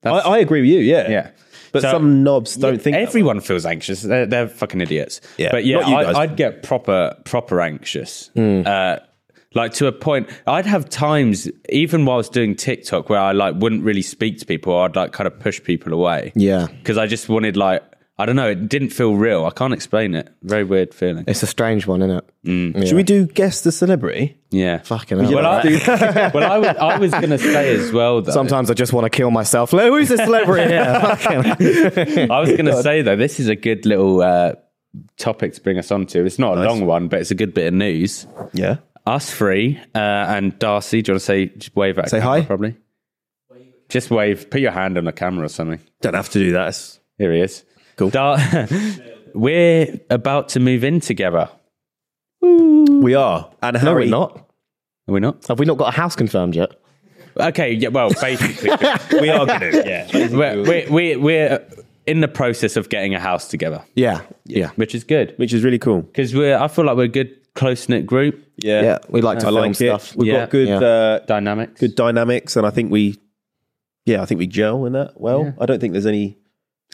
B: That's-
A: I agree with you. Yeah,
B: Yeah.
A: But
B: So-
A: some knobs don't
B: Yeah,
A: think that
B: everyone feels anxious. They're, they're fucking idiots.
A: Yeah,
B: but yeah,
A: not you guys. Hmm.
B: I, I'd get proper proper anxious. Uh, like to a point, I'd have times even whilst doing TikTok where I like wouldn't really speak to people. Or I'd like kind of push people away.
C: Yeah.
B: because I just wanted like I don't know. It didn't feel real. I can't explain it. Very weird feeling.
C: It's a strange one, isn't it?
A: Mm. Should we do guess the celebrity?
B: Yeah,
C: Fucking hell.
B: Well,
C: right?
B: I, well, I was, I was gonna say as well though.
C: Sometimes I just want to kill myself. Who's this celebrity here? Fucking hell.
B: I was going to say though, this is a good little uh, topic to bring us on to. It's not a long one, but it's a good bit of news.
A: Yeah.
B: Us three uh, and Darcy. Do you want to say just wave at? a
A: Say
B: camera,
A: hi?
B: probably. Just wave. Put your hand on the camera or something.
A: Don't have to do that. It's-
B: Here he is. Cool. Dar- We're about to move in together.
A: We are. And Harry,
C: No, we're not.
B: Are we not?
C: Have we not got a house confirmed yet?
B: Okay. Yeah. Well, basically,
A: we are going to. Yeah.
B: we're, we're, we're, we're in the process of getting a house together,
C: Yeah. Yeah.
B: which is good
A: Which is really cool.
B: because we're. I feel like we're a good, close knit group
A: Yeah.
C: Yeah, we like to
A: I
C: film
A: like it.
C: stuff.
A: We've
B: Yeah.
A: got good
C: Yeah.
A: uh,
B: dynamics.
A: good dynamics, and I think we, yeah, I think we gel in that well. I don't think there's any.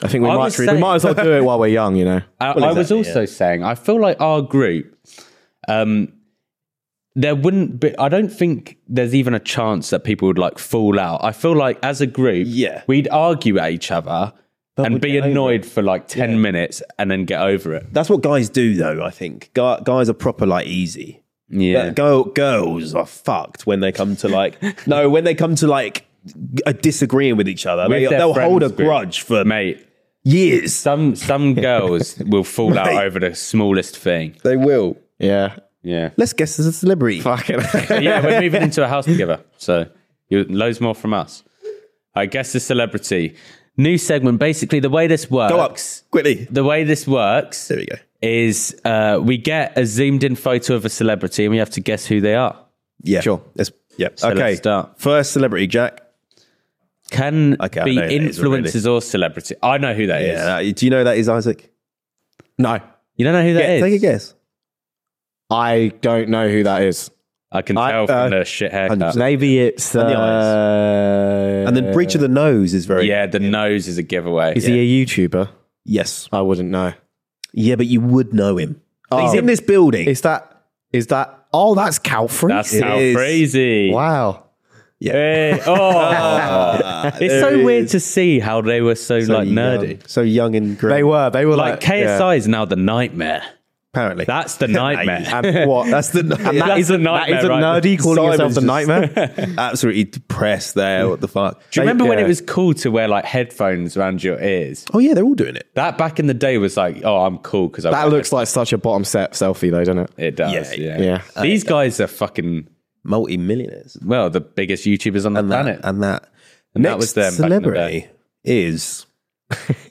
C: I think we
B: I
C: might
B: was
C: we
B: saying-
C: might as well do it while we're young, you know.
B: I,
A: Well,
B: I was
A: exactly,
B: also saying I feel like our group, um, there wouldn't be. I don't think there's even a chance that people would like fall out. I feel like as a group,
A: Yeah.
B: we'd argue at each other and
A: we'd
B: be
A: get over
B: annoyed for like ten minutes and then get over it.
A: That's what guys do, though. I think Gu guys are proper like easy.
B: Yeah,
A: But girl, girls are fucked when they come to like no, when they come to like a disagreeing with each other,
B: With
A: they,
B: their
A: they'll hold a
B: friends group.
A: grudge for
B: mate.
A: years.
B: Some some girls will fall out over the smallest thing.
A: They will.
C: Yeah.
B: Yeah,
A: Let's guess as a celebrity.
C: Fucking hell.
B: yeah. We're moving into a house together, so you loads more from us. I guess the celebrity new segment. Basically, the way this works.
A: Go up quickly.
B: the way this works
A: There we go.
B: is uh, we get a zoomed in photo of a celebrity and we have to guess who they are.
A: Yeah,
C: Sure.
A: Let's, yeah.
B: let's
A: okay.
B: start.
A: First celebrity, Jack.
B: Can
A: Okay, I
B: be
A: know who that is
B: influencers or celebrity. I know who that is.
A: Yeah. that- do you know that is Isaac?
C: No.
B: You don't know who that
A: Yeah,
B: is?
A: take a guess.
C: I don't know who that is.
B: I can
C: I-
B: tell
C: uh,
B: from the shit haircut.
C: Maybe it's uh,
A: the And then bridge of the nose is very
B: Uh, Yeah, the nose is a giveaway.
C: Is
B: yeah.
C: he a YouTuber?
A: yes.
C: I wouldn't know.
A: Yeah, but you would know him. He's
C: Oh.
A: in this building.
C: Is that? Is that? Oh, that's Calfrey.
B: That's how
A: is.
B: crazy.
C: wow.
B: Hey, oh.
A: Ah,
B: it's so weird to see how they were so, like nerdy.
A: young. so young and grim.
C: They were. They were like,
B: Like KSI is now the nightmare.
A: apparently.
B: That's the nightmare.
C: yeah. And what?
A: That's the
C: and
B: that is a nightmare,
C: That is a
B: right?
C: nerdy calling
A: Simon's
C: himself the
A: just-
C: nightmare.
A: absolutely depressed there. What the fuck?
B: Do you remember when
C: yeah.
B: it was cool to wear like headphones around your ears?
A: Oh yeah, they're all doing it.
B: That back in the day was like, oh, I'm cool because I.
C: that
B: wear
C: looks like such a bottom set selfie, though, doesn't it?
B: It does.
A: Yeah,
B: Yeah.
C: yeah.
B: These guys are fucking
A: Multi-millionaires.
B: well, the biggest YouTubers on the
A: And
B: planet.
A: that, and that.
B: And
A: Next
B: that was them back in the
A: celebrity is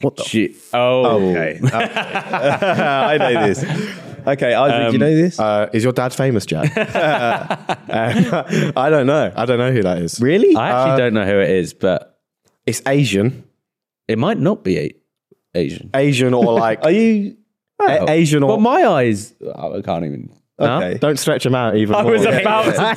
A: what the
B: Gee- oh,
A: Okay. okay. I know this. Oh. Okay, Isaac, do you know this?
C: Uh, is your dad famous, Jack? Uh, I don't know. I don't know who that is. Uh,
A: really?
B: I actually don't know who it is, but
C: It's Asian,
B: it might not be a- Asian.
C: Asian or like
A: Are you?
C: A- Asian or
B: But my eyes, oh, I can't even. No?
A: Okay.
C: Don't stretch them out even more.
B: about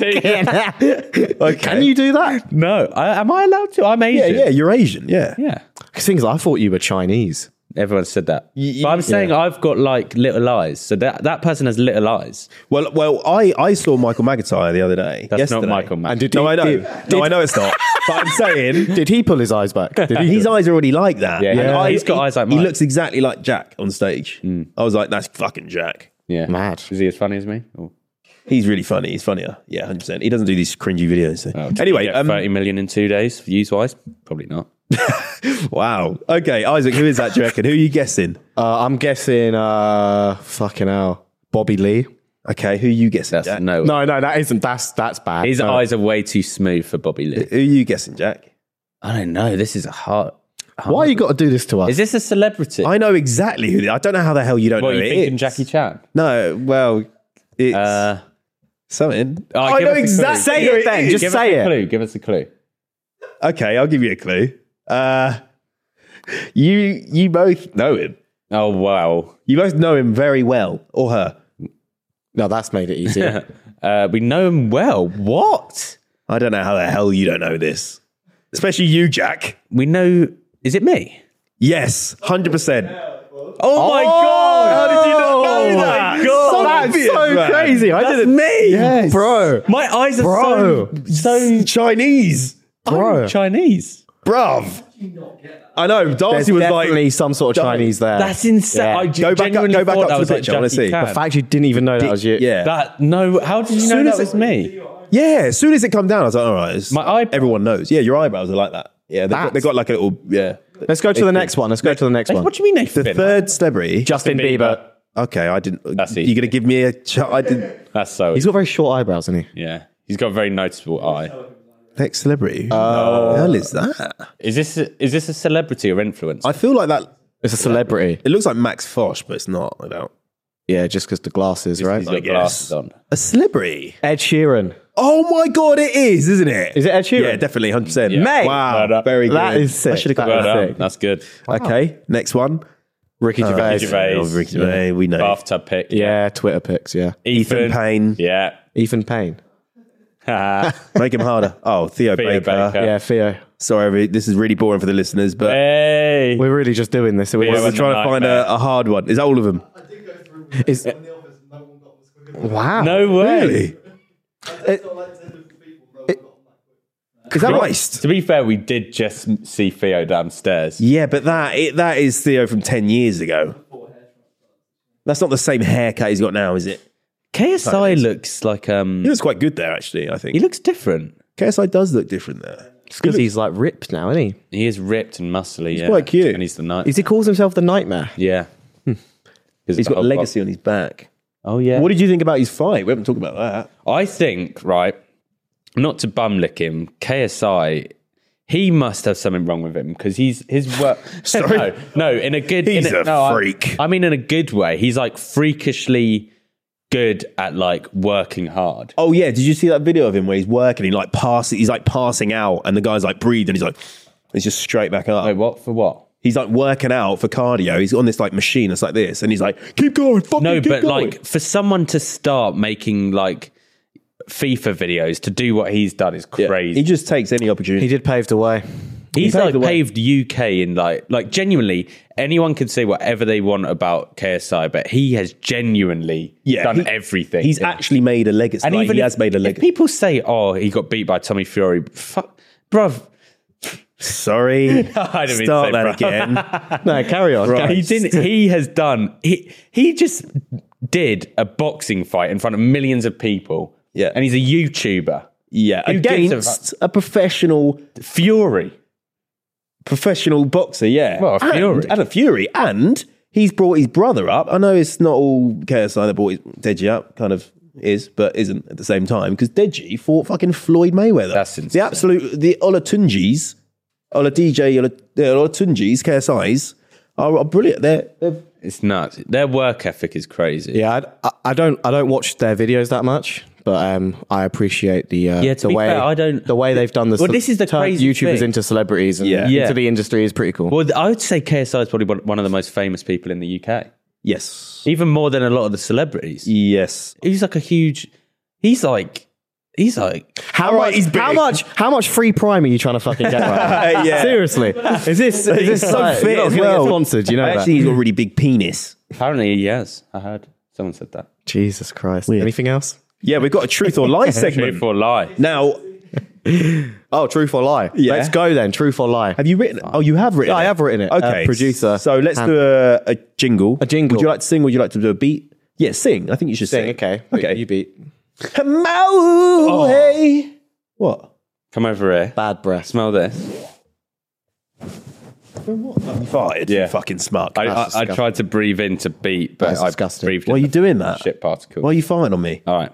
B: to do that.
C: Can you do that?
B: No, I, am I allowed to? I'm
A: Yeah,
B: Asian.
A: yeah, you're Asian. Yeah.
B: yeah.
C: Things I thought you were Chinese.
B: Everyone said that.
A: you-
B: but I'm saying I've got like little eyes. So that, that person has little eyes.
A: Well, well, I, I saw Michael McIntyre the other day.
B: That's
A: yesterday.
B: not Michael Mann.
C: And did
A: No,
C: he,
A: I know.
C: Did,
A: no, I know it's not. but I'm saying
C: did he pull his eyes back? Did he?
A: his eyes are already like that.
B: Yeah,
A: And
B: yeah.
A: I-
B: He's got
A: he-
B: eyes like
A: He
B: mine. Hmm.
A: looks exactly like Jack on stage. I was like, that's fucking Jack.
B: yeah.
C: Mad.
B: Is he as funny as me? Or,
A: He's really funny. He's funnier. Yeah, hundred percent. He doesn't do these cringy videos. so- anyway,
B: Oh, Yeah,
A: um,
B: 30 million in two days, views wise? Probably not.
A: wow. Okay, Isaac, who is that? Do you reckon? Who are you guessing?
C: Uh, I'm guessing. Uh, fucking hell, Bobby Lee.
A: Okay, who are you guessing?
B: That's
A: Jack?
B: no.
C: No, no, that isn't. That's that's bad.
B: His
C: No.
B: eyes are way too smooth for Bobby Lee.
A: Who are you guessing, Jack?
B: I don't know. This is a hard.
C: Why you got to do this to us?
B: Is this a celebrity?
A: I know exactly who. The, I don't know how the hell you don't
B: what
A: know.
B: you
A: who it
B: thinking,
A: is.
B: Jackie Chan?
A: No, well, it's
B: Uh,
A: something.
B: oh,
A: I
B: give
A: know
B: us a clue.
A: exactly.
C: Say
A: who
C: it then,
A: is.
C: just
B: give
C: say
B: us
C: it.
B: a clue. Give us a clue.
A: Okay, I'll give you a clue. Uh, you you both know him.
B: Oh wow.
A: You both know him very well, or her.
C: no, that's made it easier.
B: Uh, we know him well. What?
A: I don't know how the hell you don't know this, especially you, Jack.
B: We know. Is it me?
A: Yes, hundred percent. Oh
B: Oh, my god! How did you not know that?
C: that's so
A: man.
C: crazy. I
B: That's
C: didn't,
B: me,
C: Yes. bro,
B: My eyes are
C: Bro.
B: so so
A: Chinese,
C: bro.
B: Chinese.
A: bruv. I know.
C: There's
A: Darcy was
C: definitely
A: like,
C: some sort of
A: Don't-
C: Chinese there.
B: That's insane.
C: Yeah.
B: I g-
A: Go back up-
B: genuinely
A: go back
B: thought
A: up
B: that
A: to
B: was
A: the
B: like
A: picture. I wanna
B: Jackie
A: see.
B: Chan.
C: the fact you didn't even know that was you.
A: yeah.
B: That no. How did you know
A: soon
B: that
A: as
B: was
A: it-
B: me?
A: Yeah, as soon as it come down, I was like, all right. it's-
B: My eye-
A: Everyone knows. Yeah, your eyebrows are like that. Yeah, they got,
C: That's-
A: they got like a little. Yeah.
C: Let's go to the next one. Let's go to the next one.
B: What do you mean they've
A: The
B: been?
A: third celebrity.
C: Justin
B: Bieber.
C: Bieber.
A: Okay, I didn't.
B: That's
A: you're
B: easy.
A: gonna give me a. Ch- I didn't.
B: That's so.
C: He's got very short eyebrows, isn't he?
B: yeah, he's got a very noticeable eye.
A: Next celebrity.
B: Oh.
A: Who the hell is that?
B: Is this a, is this a celebrity or influencer?
A: I feel like that.
C: It's a celebrity.
A: It looks like Max Fosh, but it's not. I don't.
C: Yeah, just because the glasses, right?
B: he's got
A: guess.
B: glasses on.
A: A celebrity.
C: Ed Sheeran.
A: Oh my god, it is, isn't it?
C: Is it Ed Sheeran?
A: Yeah, definitely, hundred percent.
B: Mate!
A: wow,
B: Well done.
A: very good.
C: That is sick.
A: I should have got
C: Well
A: that.
B: Well done.
C: sick.
B: That's good.
A: Okay, next one.
C: Ricky Gervais.
B: Ricky Gervais.
A: Oh, Ricky Gervais, We know
B: Bathtub pick.
C: Yeah, Twitter pics. Yeah,
A: Ethan Payne.
B: Yeah.
C: Ethan Payne.
A: Make him harder. Oh, Theo,
B: Theo
A: Baker.
B: Baker.
C: Yeah, Theo.
A: Sorry, every- this is really boring for the listeners, but
B: Hey.
C: We're really just doing this. We're
A: we're
B: Theo
A: trying to find a, a hard one. Is that all of them?
C: Is- wow.
B: No way.
A: Is that
B: To be fair, we did just see Theo downstairs.
A: Yeah, but that it, that is Theo from ten years ago. That's not the same haircut he's got now, is it?
B: KSI looks like um.
A: He looks quite good there, actually. I think
B: He looks different.
A: KSI does look different there.
C: It's because he's like ripped now, isn't he?
B: He is ripped and muscly. He's yeah.
A: quite cute. Hmm.
B: And he's the night.
C: Is he calls himself the Nightmare?
B: yeah.
A: He's got legacy on his back.
B: Oh yeah.
A: What did you think about his fight? We haven't talked about that.
B: I think, right, not to bum lick him, KSI, he must have something wrong with him because he's his work.
A: Sorry?
B: no, no, in a good,
A: He's
B: in
A: a
B: no, I-
A: freak.
B: I, mean, in a good way. He's like freakishly good at like working hard.
A: Oh yeah, did you see that video of him where he's working? He like pass, he's like passing out, and the guy's like breathing. He's like, he's just straight back up.
B: Wait, what for what?
A: He's like working out for cardio. He's on this like machine that's like this, and he's like, "Keep going, fucking
B: No,
A: keep
B: but
A: going."
B: like for someone to start making like FIFA videos to do what he's done is
A: Yeah.
B: crazy.
A: He just takes any opportunity.
C: He did pave the way.
B: He's
A: paved
B: like
A: the way.
B: paved UK in like like genuinely anyone can say whatever they want about KSI, but he has genuinely done
A: he-
B: everything.
A: He's actually made a legacy.
B: and
A: Like,
B: even
A: he
B: if-
A: has made a
B: if
A: legacy.
B: People say, "Oh, he got beat by Tommy Fury." Fuck, bruv.
A: Sorry,
B: I didn't mean to say
A: start that
B: bro.
A: again.
C: No, carry on.
A: Right.
B: He didn't. He has done. He he just did a boxing fight in front of millions of people.
A: Yeah.
B: and he's a YouTuber.
A: Yeah,
B: Who gives a
A: against a, professional
B: Fury.
A: professional boxer. Yeah,
B: Well, a
A: and,
B: Fury.
A: and a Fury, and he's brought his brother up. I know it's not all KSI that brought his Deji up, kind of is, but isn't at the same time because Deji fought fucking Floyd Mayweather.
B: That's
A: the
B: insane.
A: absolute the Olatunjis, Ola DJ, Ola, Olatunjis, KSIs are, are brilliant. They're, they're
B: It's nuts. Their work ethic is crazy.
C: Yeah, I'd- I, I don't I don't watch their videos that much, but um, I appreciate the uh,
B: Yeah, to
C: the
B: be
C: way
B: fair, I don't-
C: the way they've done this.
B: Well, this is the
C: turned
B: crazy
C: YouTubers
B: thing.
C: into celebrities and
A: Yeah.
B: Yeah.
C: into the industry is pretty cool.
B: Well, I would say KSI is probably one- one of the most famous people in the UK,
A: yes,
B: even more than a lot of the celebrities.
A: yes.
B: He's like a huge. He's like. He's like.
C: how
A: Alright,
C: much?
A: he's big.
C: How much? How much free prime are you trying to fucking get? Right now?
A: Yeah.
C: Seriously, is this is this
A: so
C: like,
A: fit
C: you're not
A: as
C: gonna get
A: well.
C: Sponsored, you know that.
A: Actually, he's got a really big penis.
B: Apparently, he has. I heard someone said that.
C: Jesus Christ! Anything else?
A: Yeah, we've got a truth or lie segment
B: Truthful lie.
A: now.
C: Oh, truth or lie?
A: Yeah.
C: Let's go then. Truth or lie?
A: Have you written?
C: Ah.
A: Oh, you have written.
C: I
A: it.
C: have written it.
A: Okay,
C: Uh, producer.
A: So let's
C: And-
A: do a, a jingle. A
C: jingle.
A: Would you like to sing? Would you like to do a beat? Yeah, sing. I think you should sing.
C: Okay.
A: Okay.
C: You beat
A: Mau, hey. Oh. What?
B: Come over here.
C: bad breath.
B: Smell this.
A: You farted.
B: Yeah.
A: You fucking smug.
B: I, I,
C: That's
B: I
C: disgusting.
B: tried to breathe in to beat, but
C: That's
B: I
C: disgusting.
B: breathed
A: Why are
B: in
A: you
B: the
A: doing that?
B: shit particle.
A: Why are you farting on me
B: All right.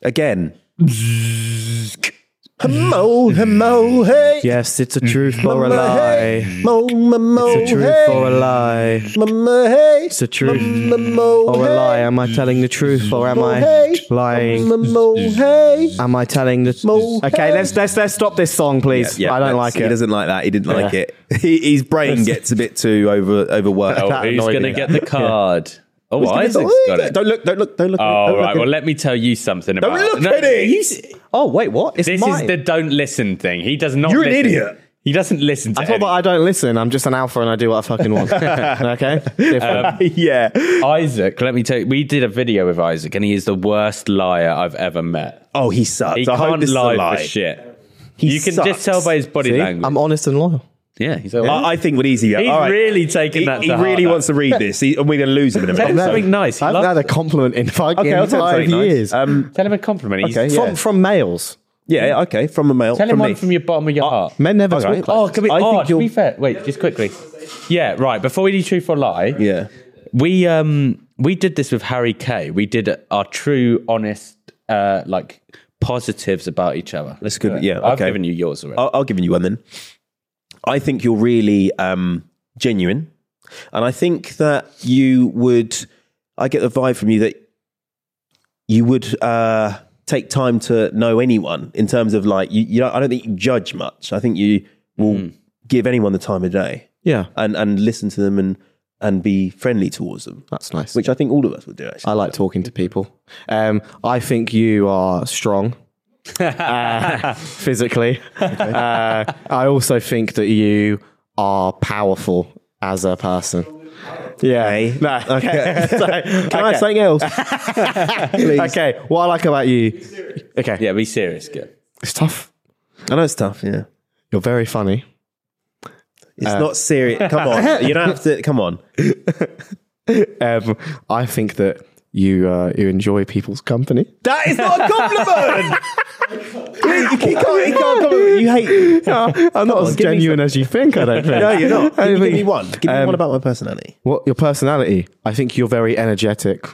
A: again? Mo, mo, hey.
C: Yes, it's a truth or a
A: Hey.
C: lie.
A: Mo, mo, mo,
C: It's a truth
A: hey.
C: or a lie.
A: Mo, mo, hey.
C: It's a truth
A: Mo, mo,
C: or a
A: hey.
C: lie. Am I telling the truth or am I
A: Hey.
C: lying?
A: Mo, mo, hey.
C: Am I telling the?
A: Mo-
C: Okay, let's let's let's stop this song, please. I don't
A: that's-
C: like
A: He
C: it.
A: doesn't like that. He didn't like it. He, his brain gets a bit too over overworked.
B: Oh, who's
C: annoyed
B: going to
C: me.
B: get the card? Oh,
A: Who's gonna
B: Isaac's
A: say-
B: got it.
A: Don't look! Don't look! Don't look!
B: All
A: don't
B: right.
A: Look
B: Well, let me tell you something
A: don't
B: about
A: look
B: No,
A: at it.
C: Oh wait, what? It's
B: This
C: mine.
B: is the don't listen thing. He does not
A: You're an
B: listen.
A: idiot.
B: He doesn't listen to
C: I thought that I don't listen. I'm just an alpha and I do what I fucking want. okay. Different.
A: Uh, yeah.
B: Isaac, let me tell you, we did a video with Isaac, and he is the worst liar I've ever met.
A: Oh, he sucks.
B: He
A: I hope
B: can't
A: this is a
B: lie,
A: lie.
B: for shit.
A: He
B: you can
A: sucks.
B: just tell by his body
C: See?
B: language.
C: I'm honest and loyal.
B: yeah, he's
A: I, I think would easy.
B: He's
A: All right.
B: really taking
A: He,
B: that. To
A: he
B: heart,
A: really
B: though.
A: wants to read this, he, and we're going to lose him in a
B: Tell
A: minute.
B: him something nice. He
C: I haven't
B: loves-
C: had a compliment in fucking
A: Okay, I'll tell him
C: five
A: something nice.
C: years.
A: Um,
B: tell him a compliment. He's-
A: Okay, yeah.
C: From from males,
A: yeah. Okay. From a male.
B: Tell him
A: from
B: one
A: me.
B: from Oh, your bottom of your heart.
C: men never
A: Okay.
C: talk. Like
B: Oh, can we?
A: I think
B: oh, to
A: you'll-
B: be fair. Wait, just quickly. Yeah, right. Before we do truth or lie,
A: Yeah.
B: we um we did this with Harry Kay. We did our true, honest, uh like positives about each other.
A: That's good. Yeah.
B: I've
A: okay.
B: given you yours already.
A: I'll, I'll give you one then. I think you're really um, genuine, and I think that you would. I get the vibe from you that you would uh, take time to know anyone in terms of like you. you don't, I don't think you judge much. I think you will give anyone the time of day
C: yeah,
A: and and listen to them and and be friendly towards them,
C: that's nice.
A: which I think all of us would do.
C: I
A: Actually,
C: like talking to people. Um, I think you are strong uh, physically. Uh, I also think that you are powerful as a person. Yeah.
A: Okay.
C: No. Okay. so, Can
A: I have something
C: else? okay. What I like about you? Okay.
B: yeah, be serious. Good.
C: It's tough.
A: I know it's tough. Yeah, Uh,
C: You're very funny.
A: it's not serious. Come on, you don't have to. Come on.
C: Um, I think that you uh, you enjoy people's company.
A: That is not a compliment. you, can't, you can't compliment. You hate. Me.
C: I'm not as
A: give me
C: genuine as you think. I don't think.
A: No, you're not.
C: I
A: Give, me- give
C: think- um,
A: me one. Give me one about my personality.
C: What your personality? I think you're very energetic.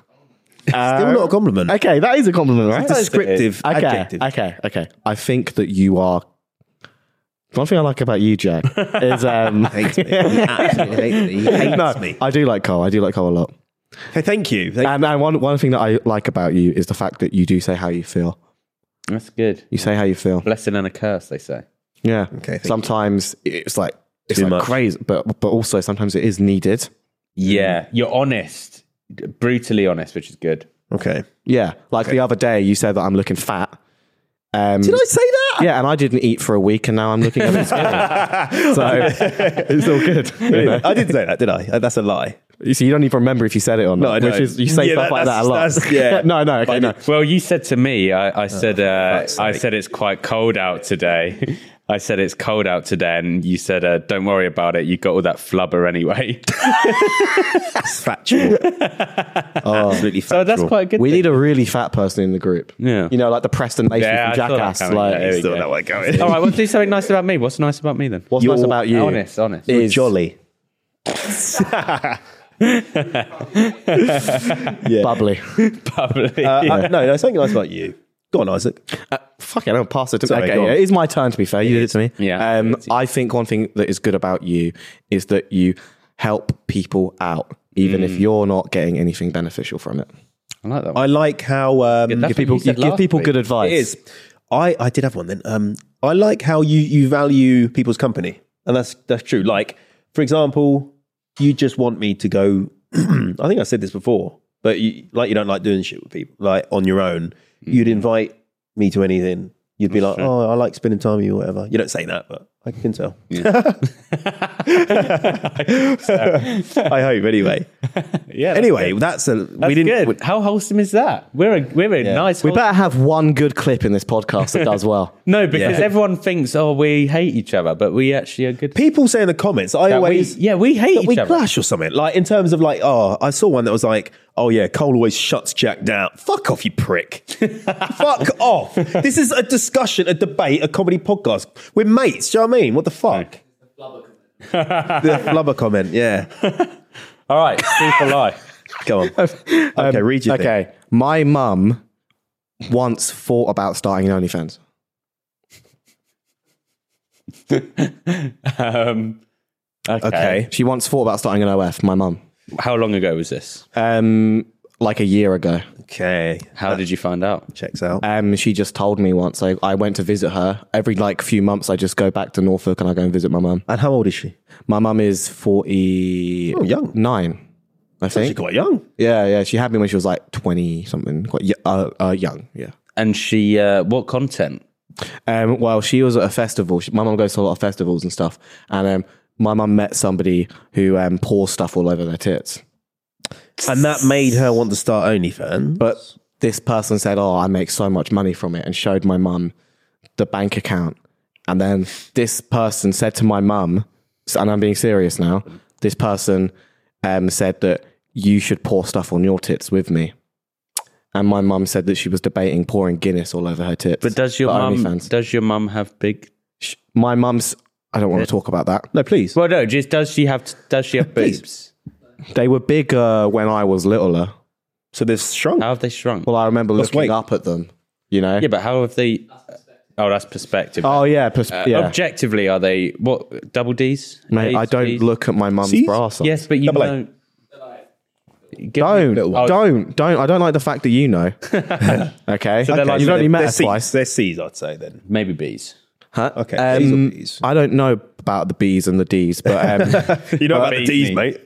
A: Still not a compliment.
C: Okay, that is a compliment, right?
A: It's descriptive
C: Okay,
A: adjective.
C: okay, okay. I think that you are. One thing I like about you, Jack, is um,
A: Hates me. He absolutely hates me. He hates
C: no,
A: me.
C: I do like Cole. I do like Cole a lot.
A: Hey, thank you. Thank-
C: And, and one one thing that I like about you is the fact that you do say how you feel.
B: That's good.
C: You say how you feel.
B: Blessing and a curse, they say.
C: Yeah.
A: thank you.
C: Sometimes it's like It's
A: Too
C: like
A: much.
C: crazy, but but also sometimes it is needed.
A: Mm.
B: Yeah, you're honest, brutally honest, which is good.
A: Okay.
C: Yeah, like the other day you said that I'm looking fat. Um,
A: Did I say that?
C: yeah, and I didn't eat for a week, and now I'm looking at it. so it's all good. You, know?
A: I didn't say that, did I? Uh, That's a lie.
C: You see, you don't even remember if you said it or
A: I
C: not. which
A: don't.
C: is you say
A: Yeah,
C: stuff
A: that-
C: like that a
A: that's-
C: lot.
A: that's- yeah.
C: no, no, okay, no.
B: Well, you said to me,
A: Oh,
B: I, I said, uh, I said it's quite cold out today. I said it's cold out today, and you said, uh, "Don't worry about it. You got all that flubber anyway."
A: It's factual. Oh, Absolutely factual.
B: so that's quite a good.
C: We
B: thing.
C: need a really fat person in the group.
B: Yeah.
C: you know, like the Preston Mason
B: Yeah, I
C: from
B: saw that
C: Jackass.
B: coming,
C: Like,
B: yeah, yeah.
A: Still
B: Okay.
A: that way going.
B: All right, well, do something nice about me. What's nice about me then?
C: what's nice
A: You're
C: about you?
B: Honest, honest.
C: is-
A: jolly.
C: bubbly.
B: Probably.
A: Uh, uh, no, no, something nice about you. Go on, Isaac.
C: Fuck it, I'll pass it to
A: Sorry,
C: okay,
A: go on.
C: yeah, It is my turn, to be fair. You did it to me.
B: Yeah.
C: Um, I think one thing that is good about you is that you help people out, even if you're not getting anything beneficial from it.
B: I like that one.
A: I like how um, give
B: that's what
A: people
B: you said
A: you give
B: last
A: people
B: week.
A: good advice. It is. I I did have one then. Um, I like how you you value people's company, and that's that's true. Like for example, you just want me to go. I think I said this before, but you, like you don't like doing shit with people like on your own.
B: Mm-hmm.
A: You'd invite me to anything. You'd be like, oh, I like spending time with you, or whatever. You don't say that, but I can tell. I hope anyway.
B: yeah. that's
A: Anyway,
B: good.
A: that's a we
B: That's
A: didn't.
B: good. How wholesome is that? We're a we're a nice.
C: We
B: wholesome-
C: better have one good clip in this podcast that does well.
B: no, because
A: Yeah.
B: everyone thinks oh we hate each other, but we actually are good.
A: People say in the comments, I
B: We-
A: always
B: yeah, we hate
A: that
B: each
A: we
B: other.
A: clash or something. Like in terms of like, oh, I saw one that was like, oh yeah, Cole always shuts Jack down. Fuck off, you prick. fuck off. This is a discussion, a debate, a comedy podcast. We're mates. Do you know what I mean? What the fuck? the flubber comment. Yeah.
B: All right, truth or lie?
A: Go on. Okay, read your thing.
C: Okay. My mum once thought about starting an OnlyFans.
B: Um, okay.
A: Okay.
C: She once thought about starting an OF, my mum.
B: How long ago was this?
C: Um, like a year ago.
A: Okay.
B: How did you find out?
A: Checks out.
C: Um, she just told me once. I, I went to visit her. Every like few months, I just go back to Norfolk and I go and visit my mum.
A: And how old is she?
C: My mum is 49,
A: Oh, young.
C: I
A: She's
C: think.
A: quite young.
C: Yeah, yeah. She had me when she was like 20 something, quite y- uh, uh, young. Yeah.
B: And she, uh, what content?
C: Um, well, she was at a festival. She, my mum goes to a lot of festivals and stuff. And um, my mum met somebody who um, pours stuff all over their tits.
A: And that made her want to start OnlyFans. But
C: But this person said, Oh, I make so much money from it, and showed my mum the bank account. And then this person said to my mum, and I'm being serious now, this person um, said that you should pour stuff on your tits with me. And my mum said that she was debating pouring Guinness all over her tits.
B: But does your mum?
C: OnlyFans.
B: Does your mum have big?
C: Sh- My mum's. I don't want to talk about that.
A: no, please.
B: Well, no. Just does she have? Does she have
A: Please.
B: boobs?
C: They were bigger when I was littler.
A: So they've shrunk.
B: How have they shrunk?
C: Well, I remember looking
A: weight.
C: up at them. You know.
B: yeah, but how have they? Oh, that's perspective.
C: Oh yeah. Pers-
B: Uh,
C: yeah.
B: Objectively, are they what double D's?
C: Mate,
B: A's,
C: I don't
B: B's?
C: look at my mum's
A: See?
C: bra. size.
B: Yes, but you
A: Double A.
B: know. Give
C: Don't,
B: me- Oh,
C: don't, don't. I don't like the fact that you know. okay,
B: they're like-
C: you've only met
A: They're
C: her
A: Cs.
C: twice.
A: They're C's, I'd say then.
B: Maybe B's.
C: Huh?
A: Okay, Cs or
C: um,
A: Ds?
C: I don't know about the B's and the D's, but um,
A: You know about the
B: beat
A: D's,
B: me.
A: mate.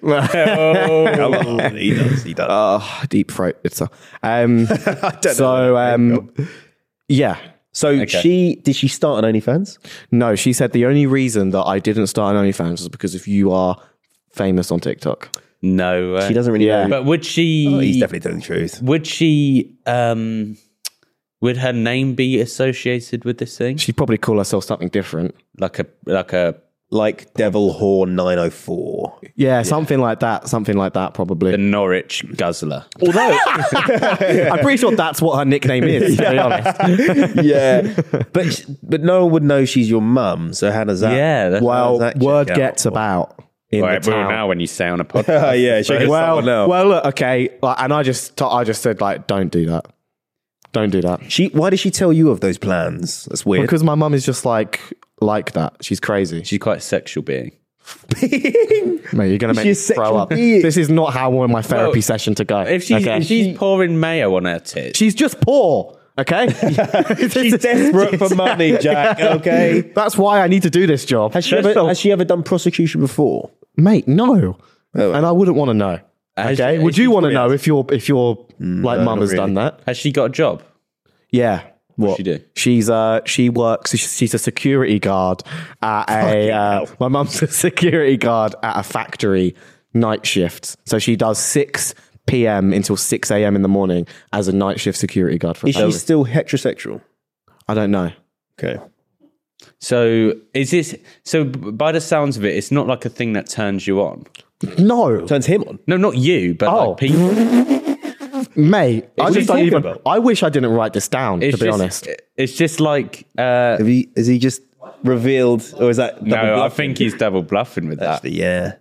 A: Oh, he does. He does.
C: oh, deep throat. It's a, um,
A: don't
C: so um, yeah.
A: so she did she start on OnlyFans?
C: No, she said the only reason that I didn't start an OnlyFans was because if you are famous on TikTok,
B: No, uh,
A: She doesn't really.
C: Yeah.
A: know.
B: But would she?
A: he's definitely telling the truth.
B: would she? Um, would her name be associated with this thing?
C: she'd probably call herself something different.
B: Like a like a
A: Like Devil oh Horn 904.
C: Yeah, something like that. Something like that, probably.
B: the Norwich guzzler.
A: Although,
C: I'm pretty sure that's what her nickname is. To be honest.
A: yeah, but sh- but no one would know she's your mum. So how does that?
B: Yeah, that's-
A: how
C: Well,
A: does that check
C: word
A: out?
C: gets about in
B: All right,
C: the
B: well,
C: town.
B: now when you say on a podcast,
A: Oh, yeah, she gets
C: well,
A: someone else.
C: well, look, okay, like, and I just, t- I just said like, don't do that, don't do that,
A: she. Why did she tell you of those plans? That's weird.
C: because my mum is just like, like that. She's crazy. She,
B: she's quite a sexual being.
C: mate, you're gonna make me
A: She's a
C: throw
A: sexual
C: up.
A: being.
C: This is not how I want my therapy
B: Well,
C: session to go.
B: If she's
C: okay?
B: if she's pouring mayo on her tits,
C: she's just poor. Okay,
A: She's desperate for money, Jack. Okay.
C: That's why I need to do this job.
A: Has she,
C: Stressful.
A: ever, has she ever done prosecution before?
C: Mate, no. and I wouldn't want to know.
B: Oh. Has
C: Okay,
B: she- Hmm,
C: would
B: she's
C: you want to
B: probably
C: know if your if your like mum has done that?
B: Has she got a job?
C: Yeah. What
B: she do?
C: She's uh she works. she's- She's a security guard at a. Uh, my mum's a security guard at a factory night shift. So she does six p.m. until six a.m. in the morning as a night shift security guard for. a
A: Is she
C: factory.
A: still heterosexual?
C: I don't know.
A: Okay.
B: So is this? So b- by the sounds of it, it's not like a thing that turns you on.
C: No,
A: Turns him on.
B: No, not you, but
C: Oh.
B: like people.
C: mate. I
B: are you
C: just don't
B: talking
C: even.
B: about?
C: I wish I didn't write this down.
B: It's
C: to be
B: just,
C: honest,
B: it's just like uh,
A: Have he, is he just revealed, or is that double
B: no. I
A: bluffing?
B: think he's double bluffing with that.
A: Actually, yeah.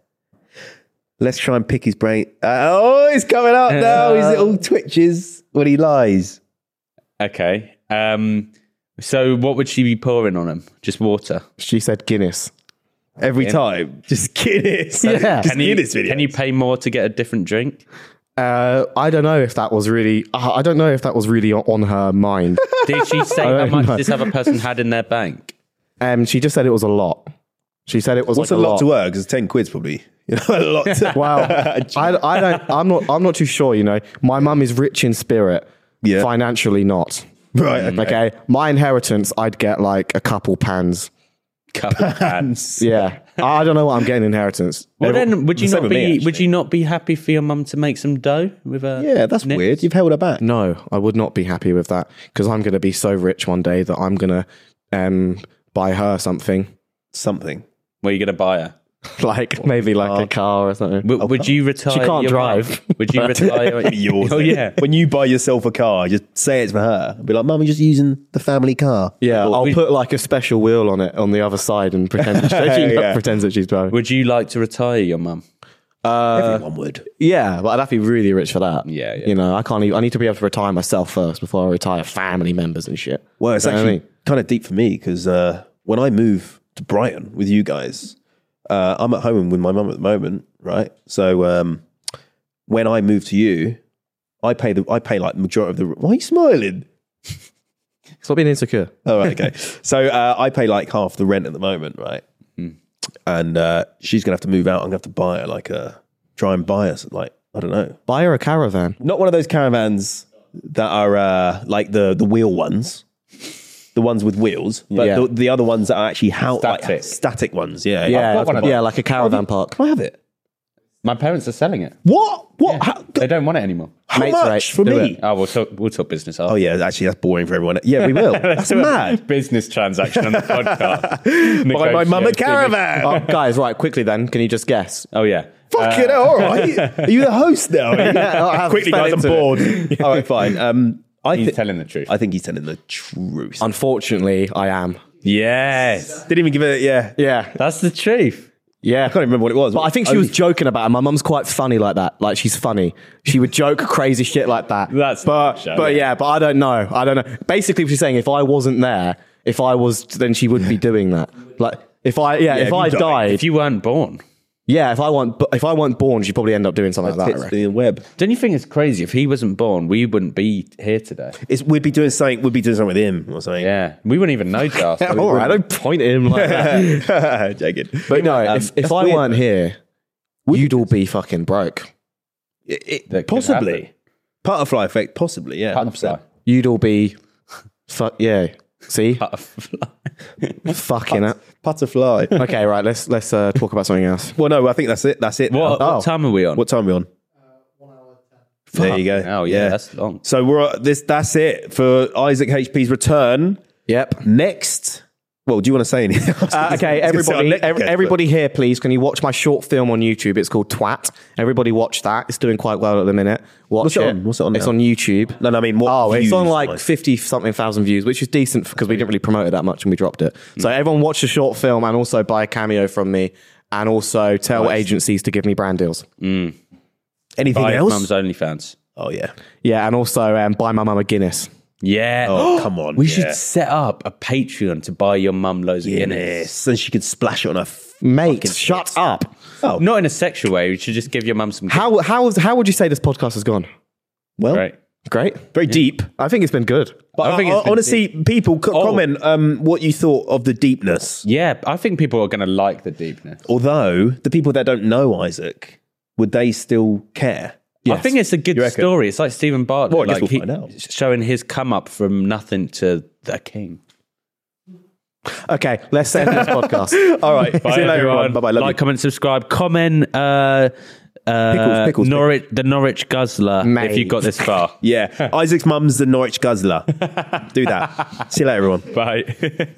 A: Let's try and pick his brain. Uh, oh, he's coming up now. His little twitches when he lies.
B: Okay. Um. So what would she be pouring on him? Just water.
C: she said Guinness.
A: Every time. Just Guinness.
C: Yeah.
A: Just
B: Can you,
A: Guinness video.
B: can you pay more to get a different drink?
C: Uh, I don't know if that was really. Uh, I don't know if that was really on- on her mind.
B: Did she say how
C: don't
B: much
C: know.
B: this other person had in their bank?
C: um, she just said it was a lot. She said it was
A: What's
C: like
A: a lot, to work? Because 10 quid's probably. You know, a lot to
C: Wow, I, I don't. I'm not. I'm not too sure. You know, my mum is rich in spirit.
A: Yeah. Mm.
C: Financially, not.
A: Right. Okay.
C: Okay. My inheritance, I'd get like a couple pans.
B: Couple of cans.
C: Yeah. I I don't know what I'm getting inheritance.
B: Well, then would you
A: Same
B: not
A: with
B: be?
A: me, actually.
B: would you not be happy for your mum to make some dough with a?
A: Yeah, that's
B: nip?
A: weird. You've held her back.
C: No, I would not be happy with that because I'm going to be so rich one day that I'm going to um, buy her something,
A: Something.
B: Well, you're gonna buy her.
C: like maybe
A: Ah.
C: like a car or something.
A: Oh,
B: W- would you retire?
C: She can't
B: your mum?
C: drive.
B: Would you retire?
A: Yours.
B: Oh yeah.
A: When you buy yourself a car, just say it's for her. Be like, Mum, I'm just using the family car.
C: Yeah, I'll
B: we-
C: put like a special wheel on it on the other side and pretend that she,
A: Yeah.
C: pretends that she's driving.
B: Would you like to retire your mum?
A: Everyone would.
C: Yeah, but I'd have to be really rich for that.
B: Yeah, yeah.
C: You know, I can't. Even, I need to be able to retire myself first before I retire family members and shit.
A: Well, it's
C: You know what I
A: actually
C: mean?
A: kind of deep for me because uh, when I move to Brighton with you guys, uh, I'm at home with my mum at the moment, right? So um, when I move to you, I pay the I pay like the majority of the. Why are you smiling?
C: Stop being insecure.
A: Oh, right, okay. so uh, I pay like half the rent at the moment, right?
C: Hmm.
A: And uh, she's gonna have to move out. I'm gonna have to buy her like a try and buy us like I don't know,
C: Buy her a caravan.
A: not one of those caravans that are uh, like the the wheel ones, the ones with wheels, but
C: Yeah.
A: the, the other ones that are actually how
B: Static.
A: like, static ones. Yeah,
C: Yeah,
B: got one of
C: yeah,
B: those.
C: like a caravan park.
A: Can I have it?
B: My parents are selling it.
A: What? What? How,
B: They don't want it anymore.
A: how
C: Mates
A: much
C: rate,
A: for
C: do
A: me?
B: Oh, we'll talk. We'll talk business.
A: Oh yeah, actually that's boring for everyone. Yeah, we will. that's mad.
B: business transaction on the podcast.
A: Buy my mum a
B: Negotiating.
A: caravan.
C: Oh, uh, guys, right, quickly then. Can you just guess?
B: Oh yeah.
A: Fuck it, all right. Are you the host now? Quickly, guys, I'm bored. all right, fine. Um, I
B: He's
A: thi-
B: telling the truth.
A: I think he's telling the truth.
C: Oh, Unfortunately, I am.
B: yes,
A: Didn't even give it. Yeah,
C: Yeah,
B: that's the truth.
C: yeah.
A: I can't remember what it was.
C: But I think she was joking about it. My mum's quite funny like that. Like she's funny. She would joke crazy shit like that.
B: That's
C: but
B: show,
C: but
B: yeah.
C: yeah. But I don't know. I don't know. Basically, she's saying if I wasn't there, if I was, then she would be doing that. Like if I yeah, if
A: if you
C: I
A: died,
C: died,
B: If you weren't born,
C: yeah, if I want if I weren't born, she'd probably end up doing something like that. I
A: It's
C: reckon.
A: the web.
B: don't you think it's crazy? If he wasn't born, we wouldn't be here today.
A: It's, we'd be doing something. We'd be doing something with him or something.
B: Yeah, we wouldn't even know Jas.
C: Yeah, all right, don't point at him like that.
A: Jagged.
C: But no, if,
A: Um, that's
C: if I
A: weird,
C: weren't here, you'd all be fucking broke.
A: It-
B: That could
A: possibly
B: happen.
A: butterfly effect. Possibly, yeah.
B: Butterfly.
C: You'd all be, fuck yeah. See,
B: Butterfly.
C: fucking it.
A: Butterfly.
C: Okay, right. Let's let's uh, talk about something else.
A: well, no, I think that's it. That's it. now.
B: What, Oh. what time are we on?
A: What time are we on? There you go.
B: Oh yeah, that's long.
A: So we're at this. That's it for Isaac HP's return
C: Yep.
A: next. Well, do you want to say anything? I was
C: Uh,
A: gonna-
C: okay,
A: I was gonna say our
C: everybody,
A: next
C: ev-
A: guest,
C: everybody here, please. Can you watch my short film on YouTube? It's called Twat. Everybody, watch that. It's doing quite well at the minute. Watch
A: What's it
C: it.
A: on? What's it on
C: It's
A: now?
C: on YouTube.
A: but- No, no, I mean, what
C: Oh, it's
A: views,
C: on like fifty something thousand views, which is decent because we didn't really promote it that much and we dropped it. So
A: Mm.
C: everyone watch the short film and also buy a cameo from me and also tell agencies to give me brand deals.
A: anything
B: Five
A: else?
B: Mum's OnlyFans.
A: Oh yeah.
C: Yeah, and also um, buy my mum a Guinness.
B: Yeah.
A: Oh, come on,
B: We
A: yeah.
B: should set up a Patreon to buy your mum loads of Guinness.
A: Yes, and she could splash it on her. F-
B: Mm.
C: Mate, shut up.
B: Not in a sexual way. We should just give your mum some.
C: Oh. How how how would you say this podcast has gone?
A: well,
B: Right.
C: Great.
A: very deep.
C: I think it's been good.
A: But
B: I
A: I,
B: think it's been
A: honestly, people co-
B: Oh.
A: comment um, what you thought of the deepness.
B: Yeah, I think people are going to like the deepness.
A: Although the people that don't know Isaac, would they still care?
B: I think it's a good
A: You reckon?
B: story. It's like Stephen Bartlett,
A: Well, I guess
B: like
A: we'll find out.
B: showing his come up from nothing to a king.
C: Okay, let's end this podcast.
A: All right. See you later, everyone. Bye bye. Love
B: like,
A: you.
B: comment, subscribe, comment. Uh, uh,
A: Pickles, pickles,
B: Norwich, the Norwich Guzzler.
C: Mate.
B: If you got this far,
A: Yeah. Isaac's mum's the Norwich Guzzler. Do that. See you later, everyone.
B: bye.